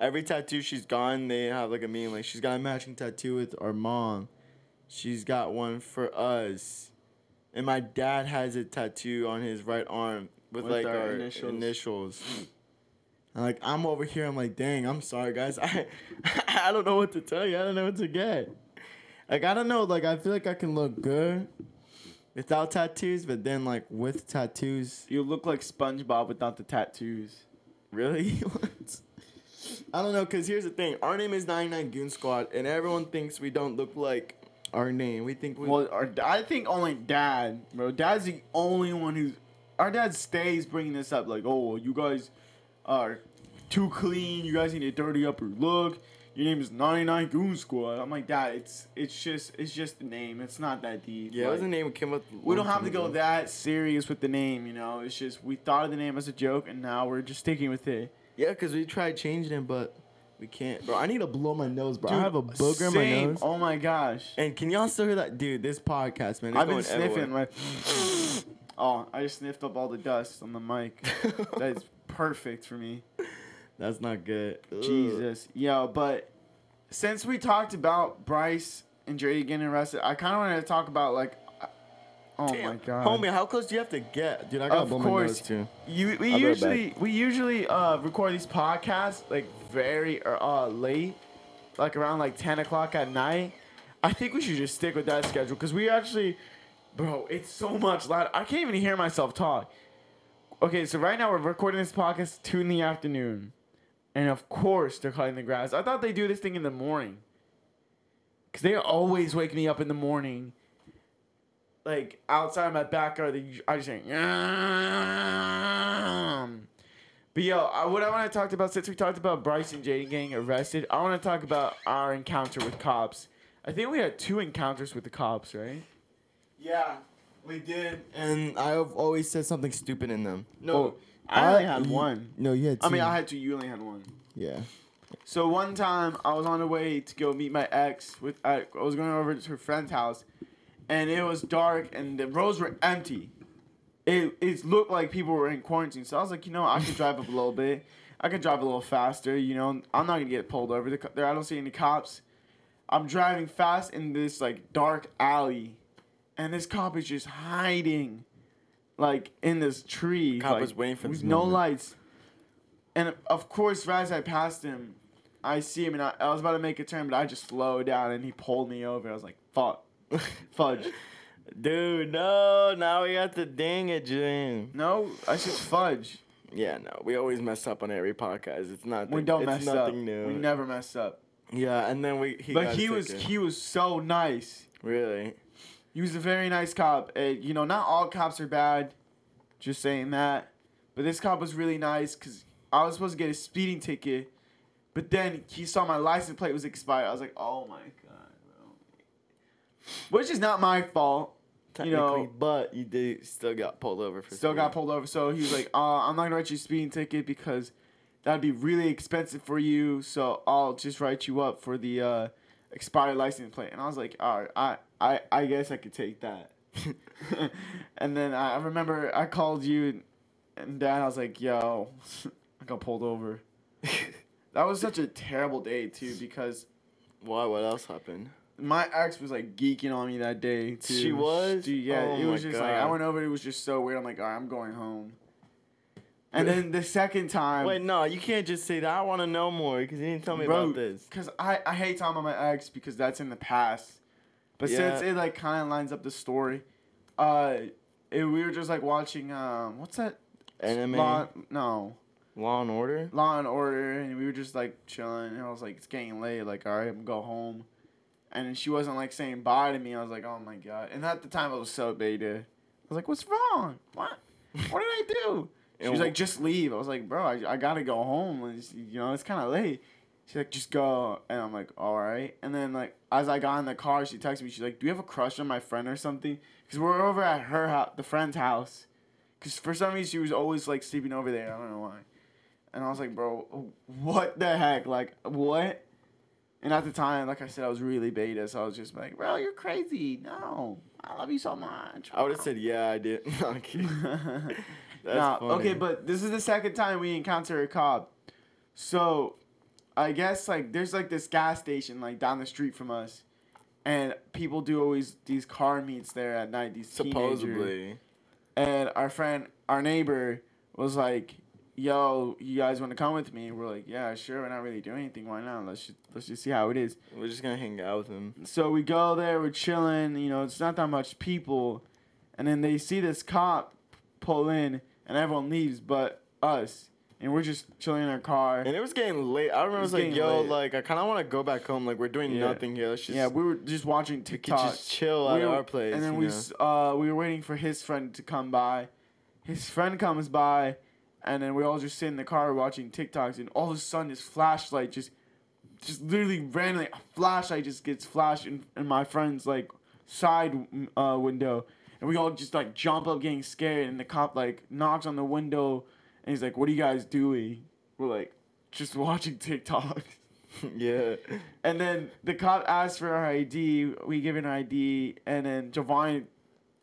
every tattoo she's gotten, they have, like, a meme. Like, she's got a matching tattoo with our mom. She's got one for us. And my dad has a tattoo on his right arm with, With like, our our, initials. initials. And, like, I'm over here. I'm like, dang, I'm sorry, guys. [LAUGHS] I, I don't know what to tell you. I don't know what to get. Like, I don't know. Like, I feel like I can look good without tattoos, but then, like, with tattoos. You look like SpongeBob without the tattoos. Really? [LAUGHS] What? I don't know, because here's the thing. Our name is 99 Goon Squad, and everyone thinks we don't look like our name. We think we. Well, our, I think only Dad, bro. Dad's the only one who's. Our dad stays bringing this up, like, "Oh, you guys are too clean. You guys need to dirty up your look. Your name is 99 Goon Squad." I'm like, "Dad, it's it's just it's just the name. It's not that deep." yeah, it was Like, the name we came up we don't have to go that serious with the name, you know. It's just we thought of the name as a joke, and now we're just sticking with it. Yeah, because we tried changing it, but we can't. Bro, I need to blow my nose, bro. I Dude, have a booger in my same. nose. Oh my gosh. And can y'all still hear that? Dude, this podcast, man. It's I've been going sniffing. everywhere. Like, [SNIFFS] oh, I just sniffed up all the dust on [LAUGHS] the mic. That's perfect for me. That's not good. Ugh. Jesus. Yo, but since we talked about Bryce and Dre getting arrested, I kind of wanted to talk about, like, I- oh Damn. my God. Homie, how close do you have to get? Dude, I gotta Of blow my course. nose too. You, we I'll be right usually we usually uh, record these podcasts like very uh, late, like around like ten o'clock at night. I think we should just stick with that schedule because we actually, bro, it's so much loud. I can't even hear myself talk. Okay, so right now we're recording this podcast two in the afternoon, and of course they're cutting the grass. I thought they do this thing in the morning, cause they always wake me up in the morning like outside my backyard, they usu- I just saying. But yo, I, what I want to talk about since we talked about Bryce and Jaden getting arrested, I want to talk about our encounter with cops. I think we had two encounters with the cops, right? Yeah, we did. And I've always said something stupid in them. No, Oh, I only had you- one. No, you had two. I mean, I had two. You only had one. Yeah. So one time, I was on the way to go meet my ex. With I, I was going over to her friend's house, and it was dark, and the roads were empty. It it looked like people were in quarantine. So I was like, you know, I could drive up a little bit. I could drive a little faster. You know, I'm not gonna get pulled over. The co- There, I don't see any cops. I'm driving fast in this like dark alley, and this cop is just hiding, like in this tree. Cop like, was waiting for with this no moment. lights. and of course, as I passed him, I see him, and I, I was about to make a turn, but I just slowed down, and he pulled me over. I was like, "Fuck, [LAUGHS] fudge." Dude, no. Now we got the dang it, Jim. No, I should fudge. Yeah, no. We always mess up on every podcast. It's not. We don't it's mess nothing up. New. We never mess up. Yeah, and then we. He But got he a was ticket. he was so nice. Really. He was a very nice cop. Uh, you know, not all cops are bad. Just saying that. But this cop was really nice because I was supposed to get a speeding ticket, but then he saw my license plate was expired. I was like, oh my god, bro. Which is not my fault. You know- Technically, but you did still got pulled over for. Still got speeding. pulled over. So he was like, uh, I'm not gonna write you a speeding ticket because that'd be really expensive for you. So I'll just write you up for the uh, expired license plate. And I was like, all right, I, I, I guess I could take that. [LAUGHS] and then I I remember I called you and dad. I was like, yo, [LAUGHS] I got pulled over. That was such a terrible day too because [LAUGHS] Why? What else happened? my ex was like geeking on me that day too. She was? Dude, yeah, Oh it was my just like I God. went over. It was just so weird. I'm like, all right, I'm going home. And then the second time, Wait, no. You can't just say that. I want to know more because you didn't tell me about this. because I I hate talking about my ex because that's in the past. But Yeah. since it like kind of lines up the story, uh, it, we were just like watching um, what's that? Anime, Law, Law, no, and Order. Law and Order, and we were just like chilling. And I was like, it's getting late. Like, all right, I'm gonna go home. And then she wasn't like saying bye to me. I was like, oh my god. And at the time, I was so beta. I was like, what's wrong? What? What did I do? She And was wh- like, just leave. I was like, bro, I, I gotta go home. And she- you know, it's kind of late. She's like, just go. And I'm like, all right. And then like, as I got in the car, she texted me. She's like, do you have a crush on my friend or something? Because we're over at her house, the friend's house. Because for some reason, she was always like sleeping over there. I don't know why. And I was like, bro, what the heck? Like, what? And at the time, like I said, I was really beta, so I was just like, bro, you're crazy. No, I love you so much. [LAUGHS] [LAUGHS] I would have said, yeah, I did. no, I'm kidding. That's nah, funny. okay, but this is the second time we encounter a cop. So, I guess like there's like this gas station like down the street from us, and people do always these car meets there at night. These teenagers supposedly. and our friend, our neighbor, was like, "Yo, you guys want to come with me?" We're like, "Yeah, sure. We're not really doing anything. Why not? Let's just, let's just see how it is." We're just gonna hang out with him. So we go there. We're chilling. You know, it's not that much people, and then they see this cop pull in, and everyone leaves, but us, and we're just chilling in our car. And it was getting late. I remember I was was like, getting yo, late. like I kind of want to go back home. Like we're doing Yeah. nothing here. Let's just, yeah, we were just watching we could TikTok. just chill at We were- our place. And then you we know? s uh, we were waiting for his friend to come by. His friend comes by, and then we all just sit in the car watching TikToks, and all of a sudden his flashlight just, just literally randomly a flashlight just gets flashed in, in my friend's like side mm, uh, window, and we all just like jump up getting scared, and the cop like knocks on the window, and he's like, "What are you guys doing?" We're like, "Just [LAUGHS] watching TikToks." [LAUGHS] yeah. And then the cop asked for our ID. We give an ID, and then Javon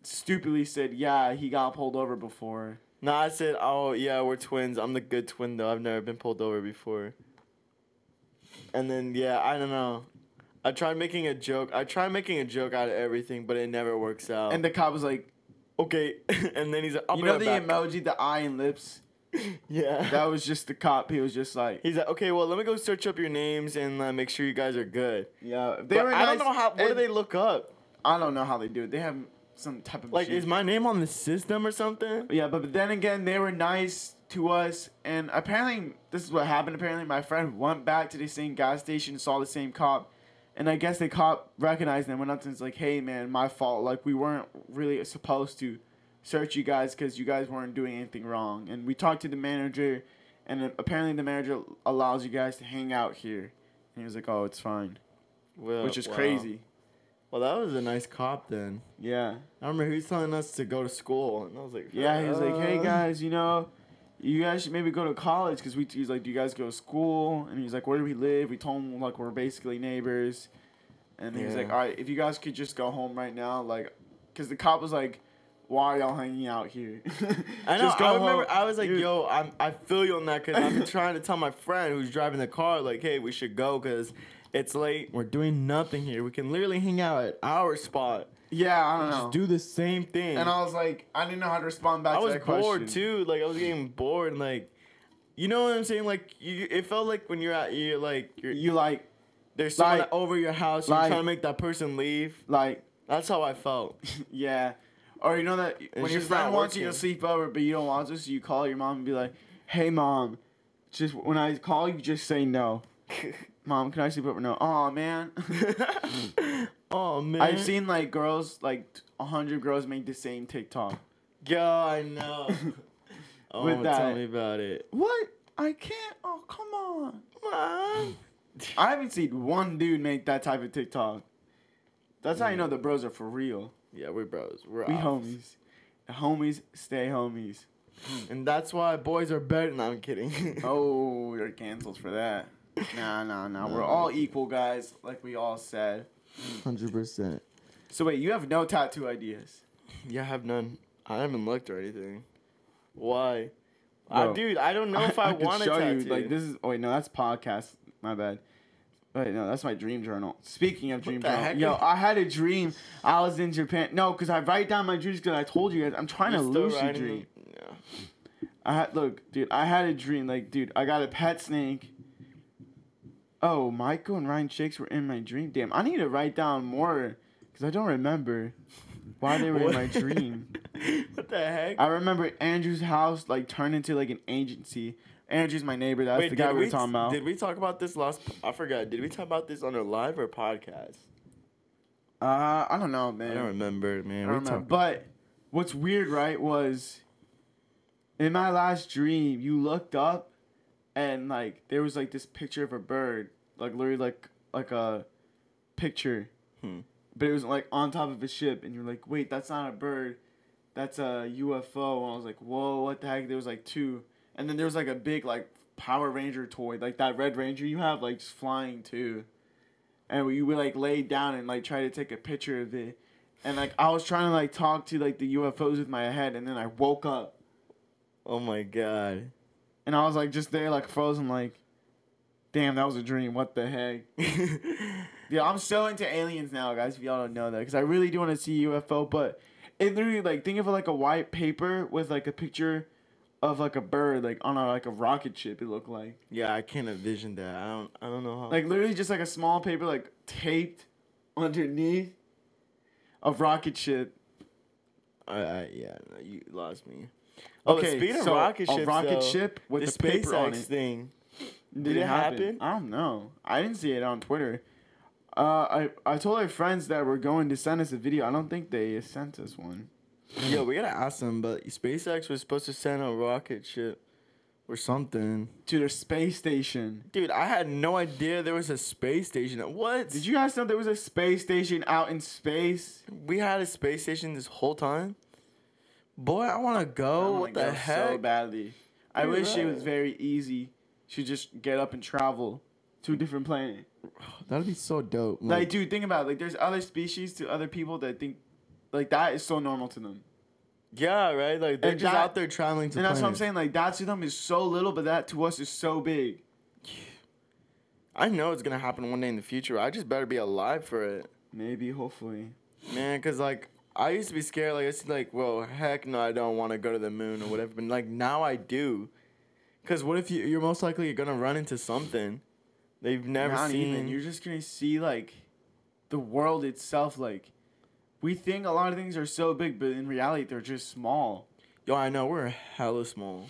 stupidly said, "Yeah, he got pulled over before." No, I said, oh yeah, we're twins. I'm the good twin though. I've never been pulled over before. And then yeah, I don't know. I tried making a joke. I try making a joke out of everything, but it never works out. And the cop was like, okay, [LAUGHS] and then he's like, I'll "You put know it the back. emoji, the eye and lips? [LAUGHS] yeah. [LAUGHS] That was just the cop. He was just like, He's like, okay, well, let me go search up your names and uh, make sure you guys are good. yeah." They But were I nice. don't know how. What do and they look up? I don't know how they do it. They have some type of Like, machine. is my name on the system or something? Yeah, but, but then again, they were nice to us, and apparently, this is what happened. Apparently, my friend went back to the same gas station, saw the same cop, and I guess the cop recognized them. Went up to him, and was like, "Hey, man, my fault. Like, we weren't really supposed to search you guys because you guys weren't doing anything wrong." And we talked to the manager, and apparently, the manager allows you guys to hang out here. And he was like, "Oh, it's fine," Well, which is Oh, wow. crazy. Well, that was a nice cop then. Yeah. I remember he was telling us to go to school, and I was like, Yeah, he was like, "Hey uh, guys, you know, you guys should maybe go to college because we." He's like, "Do you guys go to school?" And he's like, "Where do we live?" We told him like we're basically neighbors, and he was Yeah. like, "All right, if you guys could just go home right now, like, because the cop was like." Why are y'all hanging out here? [LAUGHS] I know. Just go I remember. home. I was like, Dude, "Yo, I'm, I feel you on that because [LAUGHS] I've been trying to tell my friend who's driving the car, like, hey, we should go because it's late. We're doing nothing here. We can literally hang out at our spot. Yeah, I don't know. Just do the same thing." and I was like, I didn't know how to respond back I to was that bored question. too. Like I was getting bored. and, Like You know what I'm saying? Like you, it felt like when you're at you're like you're, You like there's someone like- over your house. You're like- trying to make that person leave. like That's how I felt. [LAUGHS] [CLEARS THROAT] yeah, or you know that when your just friend not wants you to working. sleep over, but you don't want to, so you call your mom and be like, "Hey mom, just when I call you, just [LAUGHS] say no." Mom, can I sleep over? No. Oh man. oh man, I've seen like girls, like a hundred girls make the same [LAUGHS] TikTok. Yeah, I [LAUGHS] know. oh, With tell that- me about it. What? I can't. Oh come on. Mom. I haven't seen one dude make that type of TikTok. That's how you Mm. know the bros are for real. Yeah, we're bros. We're We ops. homies. The homies stay homies. and that's why boys are better. No, I'm kidding. [LAUGHS] Oh, you're canceled for that. Nah, nah, nah. We're all equal, guys, like we all said. hundred percent. So wait, you have no tattoo ideas. [LAUGHS] Yeah, I have none. I haven't looked or anything. Why? I, Bro, dude, I don't know if [LAUGHS] I, could want to tattoo. like this is. Oh wait, no, that's podcast. My bad. Wait, no, that's my dream journal. Speaking of dream the journal, heck? yo, I had a dream. I was in Japan. No, because I write down my dreams because I told you guys I'm trying You're to still lucid riding dream. the- No. I had look, dude. I had a dream. Like, dude, I got a pet snake. Oh, Michael and Ryan Shakes were in my dream. Damn, I need to write down more because I don't remember why they were [LAUGHS] in What- my dream. what the heck? I remember Andrew's house like turned into like an agency. Andrew's my neighbor. That's Wait, the guy did we were talking about. Did we talk about this last? I forgot. Did we talk about this on a live or podcast? uh, I don't know, I man. don't remember, man. I don't we remember. talked. But what's weird, right, was in my last dream, you looked up and like there was like this picture of a bird, like literally like like a picture. Hmm. But it was like on top of a ship and you're like, "Wait, that's not a bird. That's a UFO." And I was like, "Whoa, what the heck?" There was like two. And then there was like a big like Power Ranger toy, like that Red Ranger you have like just flying too. And we would like lay down and like try to take a picture of it and like I was trying to like talk to like the UFOs with my head, and then I woke up Oh my god. [LAUGHS] and I was like just there like frozen, like, damn, that was a dream. What the heck? Yeah, I'm so into aliens now, guys. If y'all don't know that, because I really do want to see UFO, but it literally like think of it like a white paper with like a picture of like a bird like on a like a rocket ship. It looked like yeah, I can't envision that. I don't. I don't know how. like literally just like a small paper like taped underneath a rocket ship I, I, yeah, no, you lost me. Oh, speaking of rocket ships, a rocket though, ship with the the paper on SpaceX it. thing. Did, it happen? I don't know. I didn't see it on Twitter. Uh, I I told our friends that we're going to send us a video. I don't think they sent us one. Mm. Yo, we gotta ask them. But SpaceX was supposed to send a rocket ship or something. To their space station. Dude, I had no idea there was a space station. What? Did you guys know there was a space station out in space? We had a space station this whole time. Boy, I want to I go. wanna Oh, What the go heck? So badly. I You're wish it right. was very easy to just get up and travel to a different planet. That'd be so dope. Like, dude, think about it. like there's other species to other people that think like that is so normal to them. yeah, right. Like they're and just that- out there traveling to. And that's what I'm planets. saying. Like that to them is so little, but that to us is so big. I know it's gonna happen one day in the future. I just better be alive for it, Maybe, hopefully. man. Cause like I used to be scared. Like I was like, well, heck no, I don't want to go to the moon or whatever. But like now I do. Cause what if you, you're most likely gonna run into something they've never Not seen? even. You're just gonna see like the world itself. Like we think a lot of things are so big, but in reality, they're just small. Yo, I know we're hella small.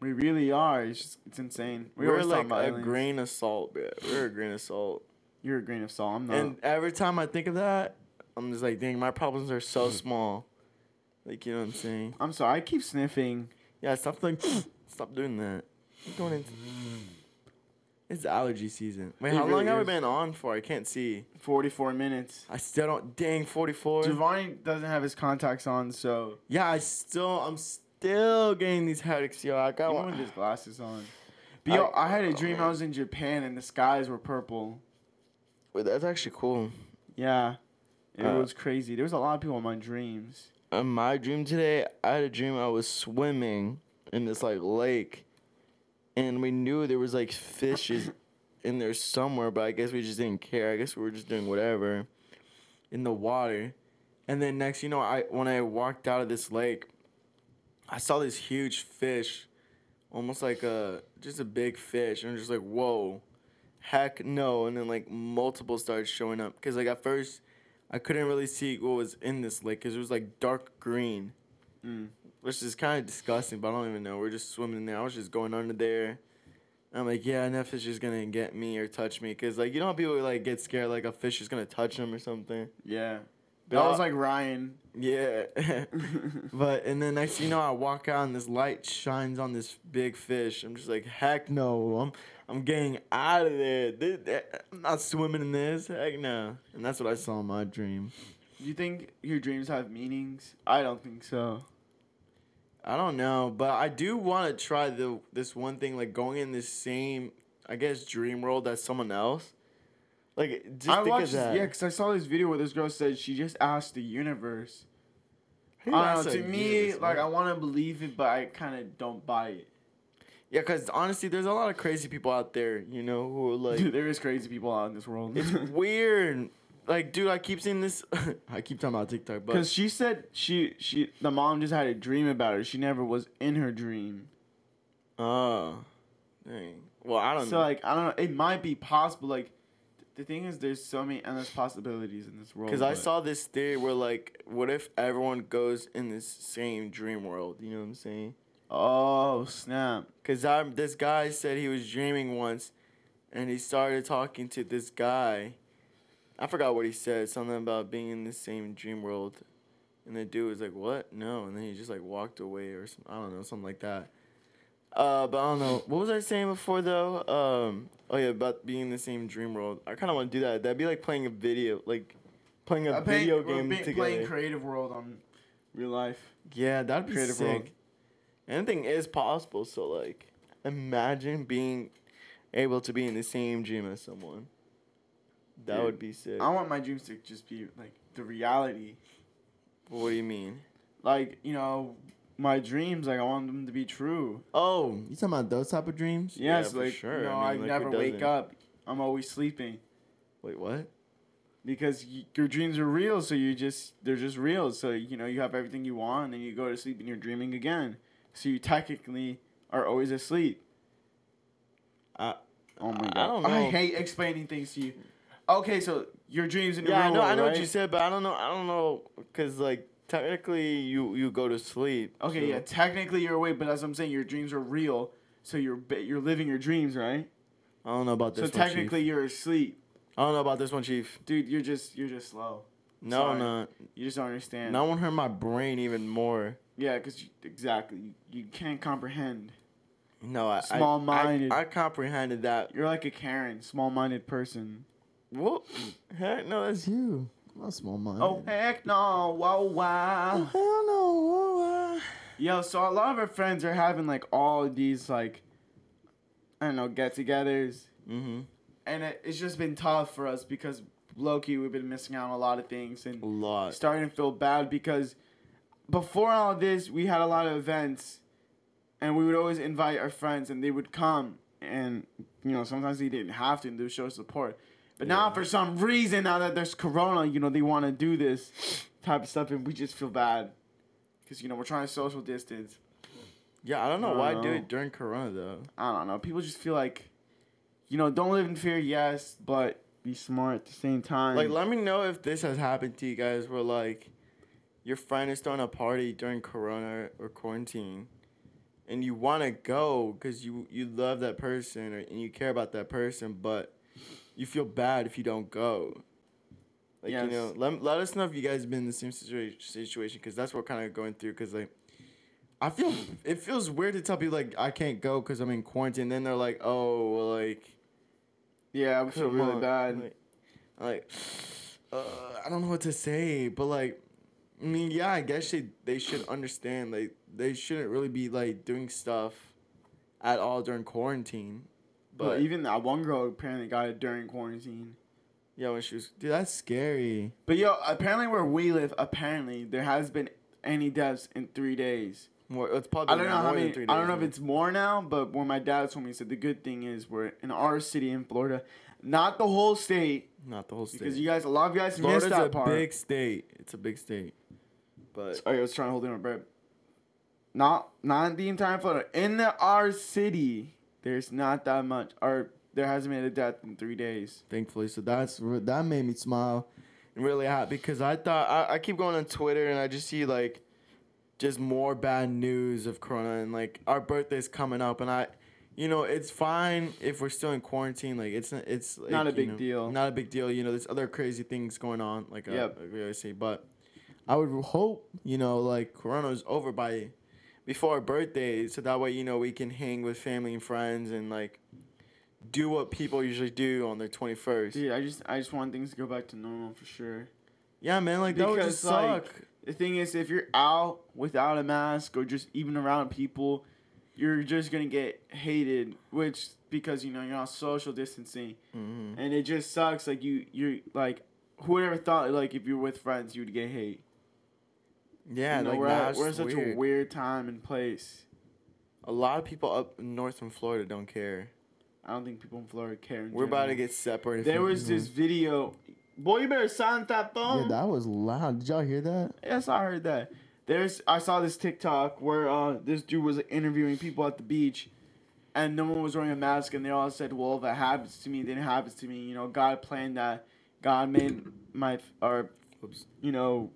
We really are. It's just it's insane. We We are always talk like about a aliens. grain of salt, bro. We're a grain of salt. You're a grain of salt. I'm not. And every time I think of that, I'm just like, dang, my problems are [LAUGHS] so small. Like, you know what I'm saying? I'm sorry. I keep sniffing. Yeah, stop like, [SNIFFS] stop doing that. You're going into. It's allergy season. Wait, It how long really have we is. been on for? I can't see. 44 minutes. I still don't. Dang, 44. Giovanni doesn't have his contacts on, so yeah, I still. I'm still getting these headaches, yo. I got even with one. his glasses on. But yo, Oh. I- Oh. I had a dream I was in Japan and the skies were purple. Wait, that's actually cool. Yeah. It Uh, was crazy. There was a lot of people in my dreams. In my dream today, I had a dream I was swimming in this like lake, and we knew there was like fishes in there somewhere, but I guess we just didn't care. I guess we were just doing whatever in the water. And then next, you know, I when I walked out of this lake, I saw this huge fish almost like a just a big fish, and I'm just like, whoa, heck no. And then like multiple started showing up because like at first I couldn't really see what was in this lake because it was like dark green, Mm. which is kind of disgusting. But I don't even know. We're just swimming in there. I was just going under there. I'm like, yeah, enough fish is gonna get me or touch me, cause like you know how people like get scared like a fish is gonna touch them or something. Yeah. But that I- was like Ryan. Yeah. [LAUGHS] [LAUGHS] But and then next thing you know, I walk out and this light shines on this big fish. I'm just like, heck no, I'm I'm getting out of there. This, that- I'm not swimming in this. Heck no. And that's what I saw in my dream. Do you think your dreams have meanings? I don't think so. I don't know, but I do want to try the this one thing, like going in this same, I guess, dream world as someone else. Like just I think watched of this, that. yeah, because I saw this video where this girl said she just asked the universe. Who I asked don't know. uh, To that me, universe, like man? I want to believe it, but I kind of don't buy it. yeah, because honestly, there's a lot of crazy people out there, you know, who are like. Dude, [LAUGHS] there is crazy people out in this world. [LAUGHS] It's weird. Like, dude, I keep seeing this. [LAUGHS] I keep talking about TikTok, but Because she said she she the mom just had a dream about her. She never was in her dream. oh, dang. Well, I don't So know. like I don't know. It might be possible. Like th- the thing is, there's so many endless possibilities in this world. Because I but- saw this theory where, like, what if everyone goes in this same dream world? You know what I'm saying? Oh snap! Because I'm this guy said he was dreaming once, and he started talking to this guy. I forgot what he said. Something about being in the same dream world. And the dude was like, "What? No!" And then he just like walked away, or some, I don't know, something like that. Uh, but I don't know. What was I saying before though? Um, oh yeah, about being in the same dream world. I kind of want to do that. That'd be like playing a video, like playing a [LAUGHS] I'm playing- video we're game be- together. Playing creative world on real life. Yeah, that'd be Creative sick. world. Anything is possible, so like imagine being able to be in the same dream as someone. That Dude, would be sick. I want my dreams to just be like the reality. what do you mean? Like you know, my dreams. Like I want them to be true. Oh, you talking about those type of dreams? Yes, for like you know, I, mean, like, who never wake doesn't? up. I'm always sleeping. Wait, what? because y your dreams are real so you just they're just real so you know you have everything you want and then you go to sleep and you're dreaming again so you technically are always asleep I- oh my I god don't know. hate explaining things to you okay so your dreams in the Yeah, I real know, I world, know what right? you said, but I don't know. I don't know because like technically you you go to sleep. okay so- yeah technically you're awake but as i'm saying your dreams are real so you're ba- you're living your dreams right I don't know about this. so one, Chief. technically you're asleep I don't know about this one, chief. dude you're just you're just slow No, Sorry. no, you just don't understand no one hurt my brain even more. yeah because exactly you, you can't comprehend No, I I- Small-minded. I, I comprehended that. you're like a karen small-minded person Whoop! Heck, no, that's you. I'm not small minded. Oh uh, heck no! Whoa wow! hell no! uh. Yo, so a lot of our friends are having like all these like, I don't know, get-togethers, Mm-hmm. and it, it's just been tough for us because Loki, we've been missing out on a lot of things A and lot. starting to feel bad because before all this, we had a lot of events, and we would always invite our friends, and they would come, and you know sometimes they didn't have to, and they would show support. But now, Yeah. for some reason, now that there's Corona, you know they want to do this type of stuff, and we just feel bad because you know we're trying to social distance. Yeah, I don't know I why I don't do know. it during Corona though. I don't know. People just feel like, you know, don't live in fear, yes, but be smart at the same time. Like, let me know if this has happened to you guys, where like your friend is throwing a party during Corona or quarantine, and you want to go because you you love that person or, and you care about that person, but you feel bad if you don't go. Like you Yes. know, let let us know if you guys been in the same situa- situation because that's what we're kind of going through. Because like, I feel it feels weird to tell people like I can't go because I'm in quarantine. Then they're like, oh, well, like yeah, we feel Come really on. bad. Like, like, [SIGHS] uh, I don't know what to say, but like, I mean, yeah, I guess they they should understand. Like, they shouldn't really be like doing stuff at all during quarantine. but But even that one girl apparently got it during quarantine. yeah, when she was, dude, that's scary. But yo, apparently where we live, apparently there has been any deaths in three days. More, it's probably I don't know now how more than many. three I don't days, know if man. it's more now, but when my dad told me, he said the good thing is we're in our city in Florida, not the whole state, not the whole state. because you guys, a lot of you guys Florida's missed that a part. oh, big state. It's a big state. But Sorry, I was trying to hold in my breath. not not the entire Florida. In the, our city, there's not that much, or there hasn't been a death in three days. thankfully. So that's re- that made me smile and really happy because I thought I, I keep going on Twitter and I just see like just more bad news of Corona and like our birthday's coming up and I, you know, it's fine if we're still in quarantine. Like it's n- it's like, Not a you big know, deal. Not a big deal. You know, there's other crazy things going on. Like uh, Yep. like we always say, but I would hope you know like Corona's over by before our birthday, so that way you know we can hang with family and friends and like do what people usually do on their twenty first. Dude, I just I just want things to go back to normal for sure. Yeah, man, like that would Because, just like- suck. The thing is, if you're out without a mask or just even around people, you're just gonna get hated, which because you know you're not social distancing, Mhm. and it just sucks. Like you, you're like, whoever thought like if you're with friends you'd get hate. Yeah, you know, like we're, at, that's we're in such weird. a weird time and place. A lot of people up north in Florida don't care. I don't think people in Florida care. in We're about to general. get separated. There from was people. this video. Boy, you better silence that phone. Mm-hmm. Yeah, that was loud. Did y'all hear that? Yes, I heard that. There's I saw this TikTok where uh, this dude was interviewing people at the beach, and no one was wearing a mask, and they all said, "Well, if it happens to me, then it happens to me." You know, God planned that. God made my or, Oops. you know,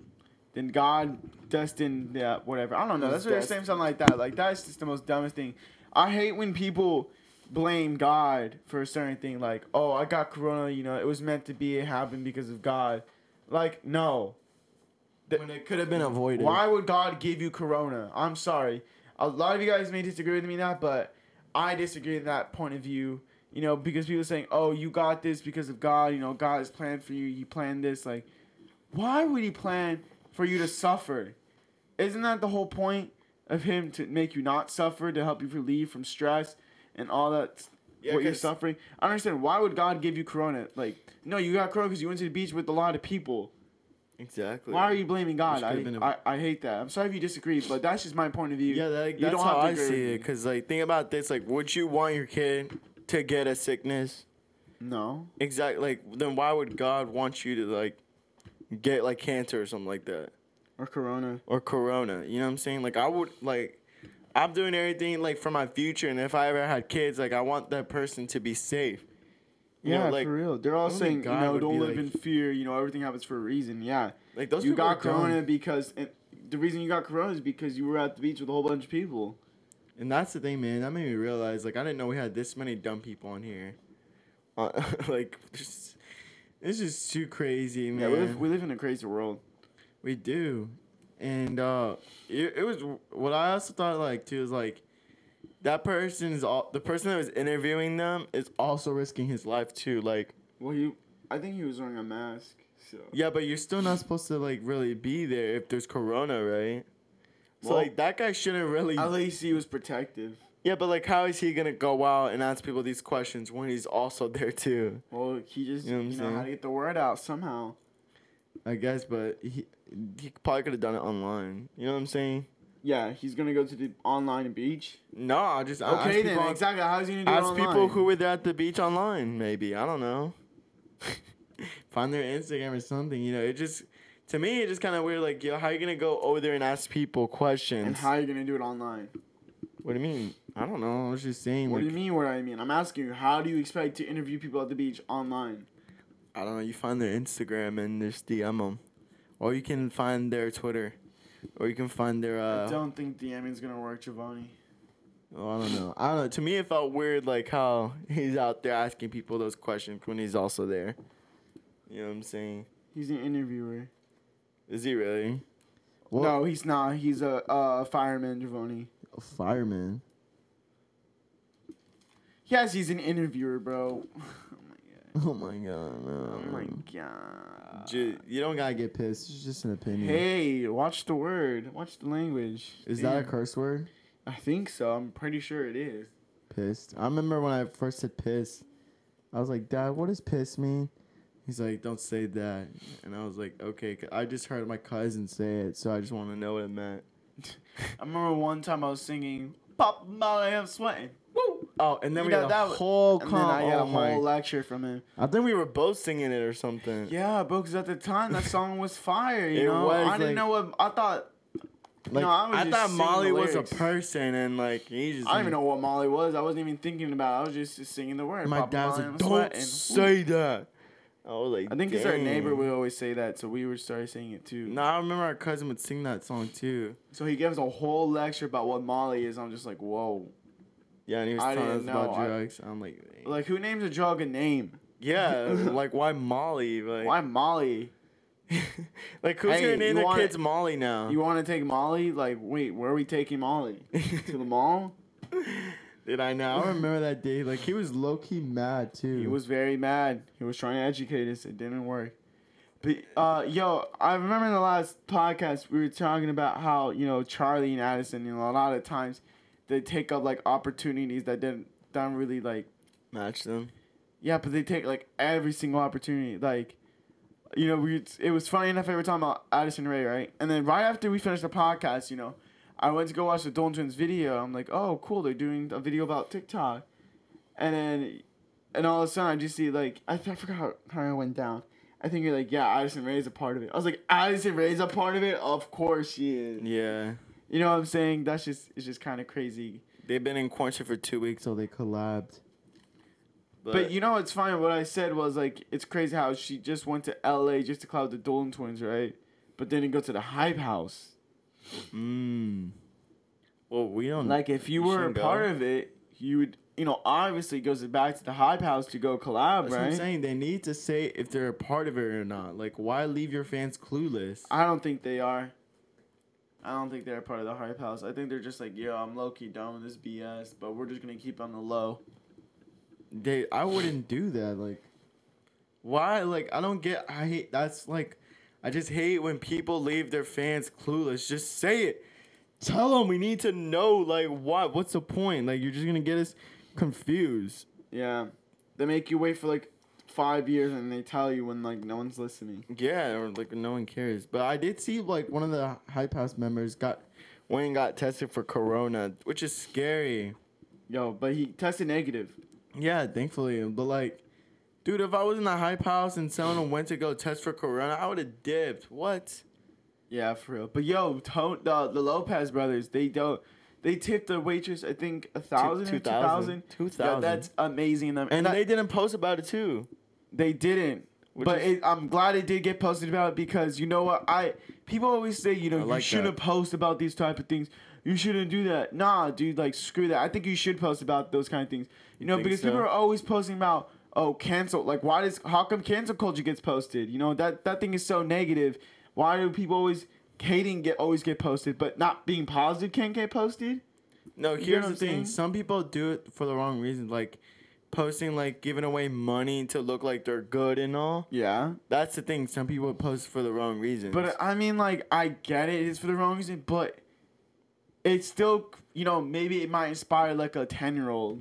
then God destined that whatever. I don't know. It That's was what they're saying, something like that. Like that's just the most dumbest thing. I hate when people blame God for a certain thing. Like, oh, I got corona. You know, it was meant to be. It happened because of God. Like, no. th- when it could have been avoided. Why would God give you corona? I'm sorry. A lot of you guys may disagree with me in that, but I disagree with that point of view. You know, because people are saying, "Oh, you got this because of God." You know, God has planned for you. You planned this. Like, why would He plan for you to suffer? Isn't that the whole point of Him to make you not suffer, to help you relieve from stress and all that? Yeah, what you're 'cause- suffering. I understand. Why would God give you corona? Like, no, you got corona because you went to the beach with a lot of people. Exactly. Why are you blaming God? Which I, could've been a- I I hate that. I'm sorry if you disagree, but that's just my point of view. Yeah, that, You that's don't how have to I agree see with it. Cause like, think about this. Like, would you want your kid to get a sickness? No. Exactly. Like, then why would God want you to like get like cancer or something like that? Or Corona. or corona you know what i'm saying like i would like i'm doing everything like for my future and if i ever had kids like i want that person to be safe You know, yeah, like for real. They're all only saying, you God know, would be don't live like- in fear. You know, everything happens for a reason. Yeah. like those you people got are dumb. Corona because and the reason you got Corona is because you were at the beach with a whole bunch of people. and that's the thing man that made me realize like i didn't know we had this many dumb people on here uh, [LAUGHS] like just, it's just too crazy Yeah, man we live, we live in a crazy world. We do, and uh, it, it was what I also thought like too is like that person is all the person that was interviewing them is also risking his life too. Like, Well, you, I think he was wearing a mask. So. yeah, but you're still not supposed to like really be there if there's corona, right? So Well- like that guy shouldn't really. At least he was protective. yeah, but like how is he gonna go out and ask people these questions when he's also [LAUGHS] there too? Well, he just You know what I'm you know saying? how to get the word out somehow. I guess, but he he probably could have done it online. You know what I'm saying? Yeah, he's gonna go to the online beach. No, I just I Uh, ask Okay then, people on- exactly. How's he gonna do it Ask online? people who were there at the beach online, maybe. I don't know. [LAUGHS] Find their Instagram or something. You know, it just to me it just kind of weird. Like, yo, how you gonna go over there and ask people questions? and how you gonna do it online. what do you mean? I don't know. I was just saying. What do like, you mean? What do I mean? I'm asking you. How do you expect to interview people at the beach online? I don't know. You find their Instagram and just DM them, or you can find their Twitter, or you can find their. Uh, I don't think DMing is gonna work, Giovanni. oh, I don't know. I don't know. To me, it felt weird, like how [LAUGHS] he's out there asking people those questions when he's also there. You know what I'm saying? He's an interviewer. Is he really? Well, no, he's not. He's a uh, fireman, Giovanni. [LAUGHS] fireman. Yes, he's an interviewer, bro. [LAUGHS] oh my Oh my god, god. no. Oh my Um, god. Ju- you don't I gotta get pissed. It's just an opinion. Hey, watch the word. Watch the language. Is that a Damn. curse word? I think so. I'm pretty sure it is. Pissed. I remember when I first said piss, I was like, Dad, what does piss mean? He's like, don't say that. And I was like, okay, 'cause I just heard my cousin say it, so I just want to know what it meant. I remember one time I was singing "Pop Molly, I'm sweating." Woo! Oh, and then You we know, got that a w- whole And then I con- got oh a my- whole lecture from him. I think we were both singing it or something. Yeah, bro, because at the time that song was fire. You It know, was, I didn't like- know what I thought. Like, No, I was I, just thought singing the Molly was a lyrics. person, and like he just. I don't even know what Molly was. I wasn't even thinking about. it. I was just, just singing the word. My Papa dad was Molly, like, I'm "Don't sweating." say that." I was like, I think because our "Dang." neighbor would always say that, so we would start saying it too. No, I remember our cousin would sing that song too. So he gives a whole lecture about what Molly is. I'm just like, whoa. Yeah, and he was I telling us didn't about know. I- drugs. I'm like, Like, who names a drug a name? [LAUGHS] yeah, like why Molly? Like, Why Molly? [LAUGHS] like who's Hey, gonna name you their wanna- kids Molly now? [LAUGHS] You want to take Molly? Like, wait, where are we taking Molly? to the mall? Did I I know? remember that day. Like he was low key mad too. He was very mad. He was trying to educate us. It didn't work. But uh, yo, I remember in the last podcast we were talking about how you know Charlie and Addison. You know, a lot of times they take up like opportunities that didn't don't really like. Match them. Yeah, but they take like every single opportunity. Like, you know, we it was funny enough. Every time about Addison Ray, right? And then right after we finished the podcast, you know, I went to go watch the Don Twins video. I'm like, oh, cool, they're doing a video about TikTok, and then, and all of a sudden, I just see like I, I forgot how, how it went down. I think you're like, yeah, Addison Ray is a part of it. I was like, Addison Ray is a part of it. Of course she is. Yeah, You know what I'm saying? That's just it's just kind of crazy. they've been in quarantine for two weeks, so they collabed. but, But you know what's funny? What I said was like, it's crazy how she just went to L.A. just to cloud the Dolan twins, right? But didn't go to the Hype House. mm, well, we don't Like if you, You were a shouldn't part go. of it, you would, you know, obviously goes back to the Hype House to go collab, That's what I'm right? saying. They need to say if they're a part of it or not. Like, why leave your fans clueless? I don't think they are. I don't think they're a part of the Hype House. I think they're just like, yo, I'm low key done with this BS, but we're just gonna keep on the low. They, I wouldn't. Wouldn't do that. Like Why? Like, I don't get. I hate. That's like, I just hate when people leave their fans clueless. Just say it. Tell them we need to know. Like, what? What's the point? Like, you're just gonna get us confused. Yeah, they make you wait for like five years, and they tell you when like no one's listening. Yeah, or like no one cares. But I did see like one of the hype house members got. Wayne got tested for corona, which is scary. Yo, but he tested negative. Yeah, thankfully. But like, dude, if I was in the hype house and [SIGHS] someone went to go test for corona, I would have dipped. What? Yeah, for real. But yo, Tone, the the Lopez brothers, they don't. They tipped the waitress, I think, a thousand, two 2,000. thousand, two thousand. Yeah, that's amazing. Them And and they I- didn't post about it too. they didn't. Which but is- it, I'm glad it did get posted about it because you know what I people always say you know I like you shouldn't that. post about these type of things you shouldn't do that nah dude like screw that I think you should post about those kind of things you, know think because so? people are always posting about oh cancel like why does how come cancel culture gets posted you know that that thing is so negative why do people always hating get always get posted but not being positive can't get posted No, get here's the what I'm thing. saying? Some people do it for the wrong reasons, like posting like giving away money to look like they're good and all. yeah That's the thing. Some people post for the wrong reasons. But uh, I mean, like, I get it. It's for the wrong reason, but it's still, you know, maybe it might inspire like a ten year old.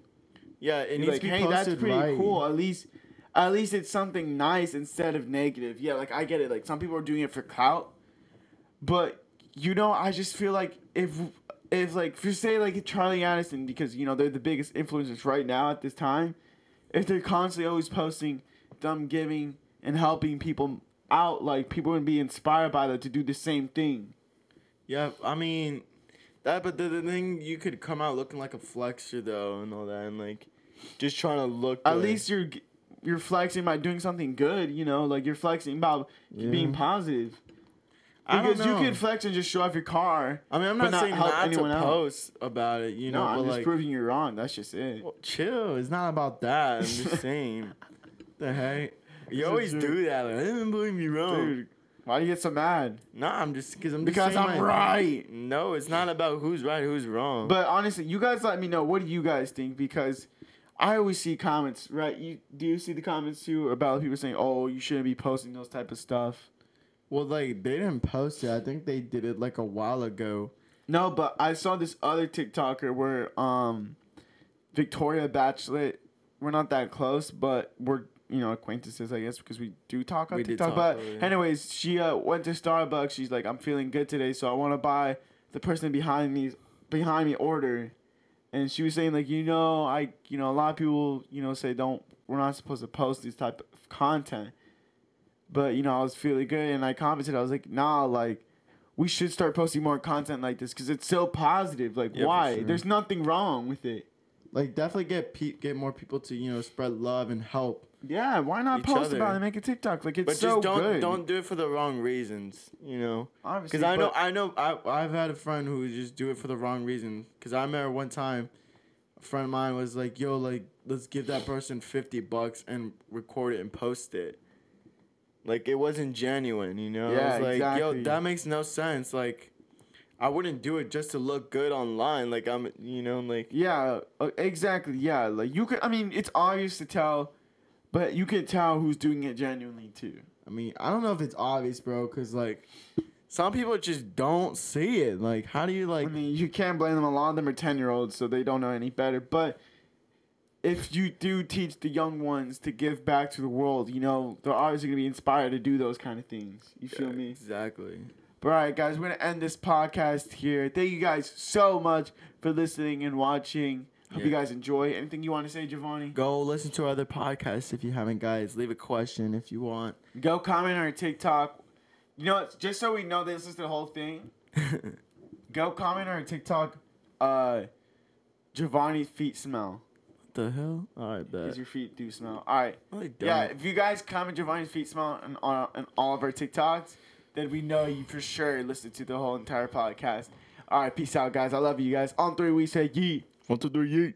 yeah, it needs Like, to be hey, that's posted pretty right. cool. At least, at least it's something nice instead of negative. Yeah, like I get it. Like some people are doing it for clout, but you know, I just feel like if if like if you say like Charlie Addison because you know they're the biggest influencers right now at this time, if they're constantly always posting them giving and helping people out, like people would be inspired by that to do the same thing. Yeah, I mean that. But the, the thing you could come out looking like a flexer though, and all that, and like just trying to look. At good. least you're g- you're flexing by doing something good, you know, like you're flexing by being positive. I don't Because you know. can flex and just show off your car. I mean, I'm but not, not saying help not to anyone out. post about it, you You know, know, I'm but just like, proving you wrong. That's just it. well, chill. It's not about that. I'm [LAUGHS] just saying. the heck? You a always joke. do that. Like, I didn't believe me wrong. Dude, why do you get so mad? Nah, I'm just because I'm just Because saying I'm my- right. No, it's not about who's right, who's wrong. But honestly, you guys let me know. What do you guys think? Because I always see comments, right? You do you see the comments too about people saying, "Oh, you shouldn't be posting those type of stuff." Well, like they didn't post it. I think they did it like a while ago. No, but I saw this other TikToker where um Victoria Bachelet. We're not that close, but we're you know acquaintances, I guess, because we do talk on We did TikTok. talk, but oh, yeah. anyways, she uh, went to Starbucks. She's like, "I'm feeling good today, so I want to buy the person behind me behind me order." And she was saying like, you know, I you know a lot of people you know say don't we're not supposed to post these type of content, but you know I was feeling good and I commented I was like, nah, like we should start posting more content like this because it's so positive. Like, Yeah, for why? sure. There's nothing wrong with it. Like definitely get pe- get more people to you know spread love and help. Yeah, why not Each post other. about it? and Make a TikTok. Like, it's But so just don't good. don't do it for the wrong reasons, you know. Obviously, Because I know but- I know I I've had a friend who would just do it for the wrong reason. Because I remember one time, a friend of mine was like, "Yo, like let's give that person fifty bucks and record it and post it." Like it wasn't genuine, you know. Yeah, I was like, exactly. "Yo, that makes no sense." Like, I wouldn't do it just to look good online. Like I'm, you know, like Yeah, uh, exactly. Yeah, like you could. I mean, it's obvious to tell, but you could tell who's doing it genuinely too. I mean, I don't know if it's obvious, bro, because like some people just don't see it. Like, how do you like? I mean, you can't blame them. A lot of them are ten year olds, so they don't know any better. But if you do teach the young ones to give back to the world, you know they're obviously gonna be inspired to do those kind of things. You feel me? Exactly. But all right, guys, we're gonna end this podcast here. Thank you guys so much for listening and watching. Hope you Yeah. guys enjoy. Anything you want to say, Giovanni? Go listen to our other podcasts if you haven't, guys. Leave a question if you want. [LAUGHS] Go comment on our TikTok. You know, what? just so we know this is the whole thing. Go comment on our TikTok. Uh, Giovanni's feet smell the hell? All right, because bet. your feet do smell. All right. No, they Yeah, don't. if you guys comment Giovanni's feet smell on, on, on all of our TikToks, then we know you for sure listened to the whole entire podcast. All right, peace out, guys. I love you guys. On three, we say yeet. One, two, three, yeet.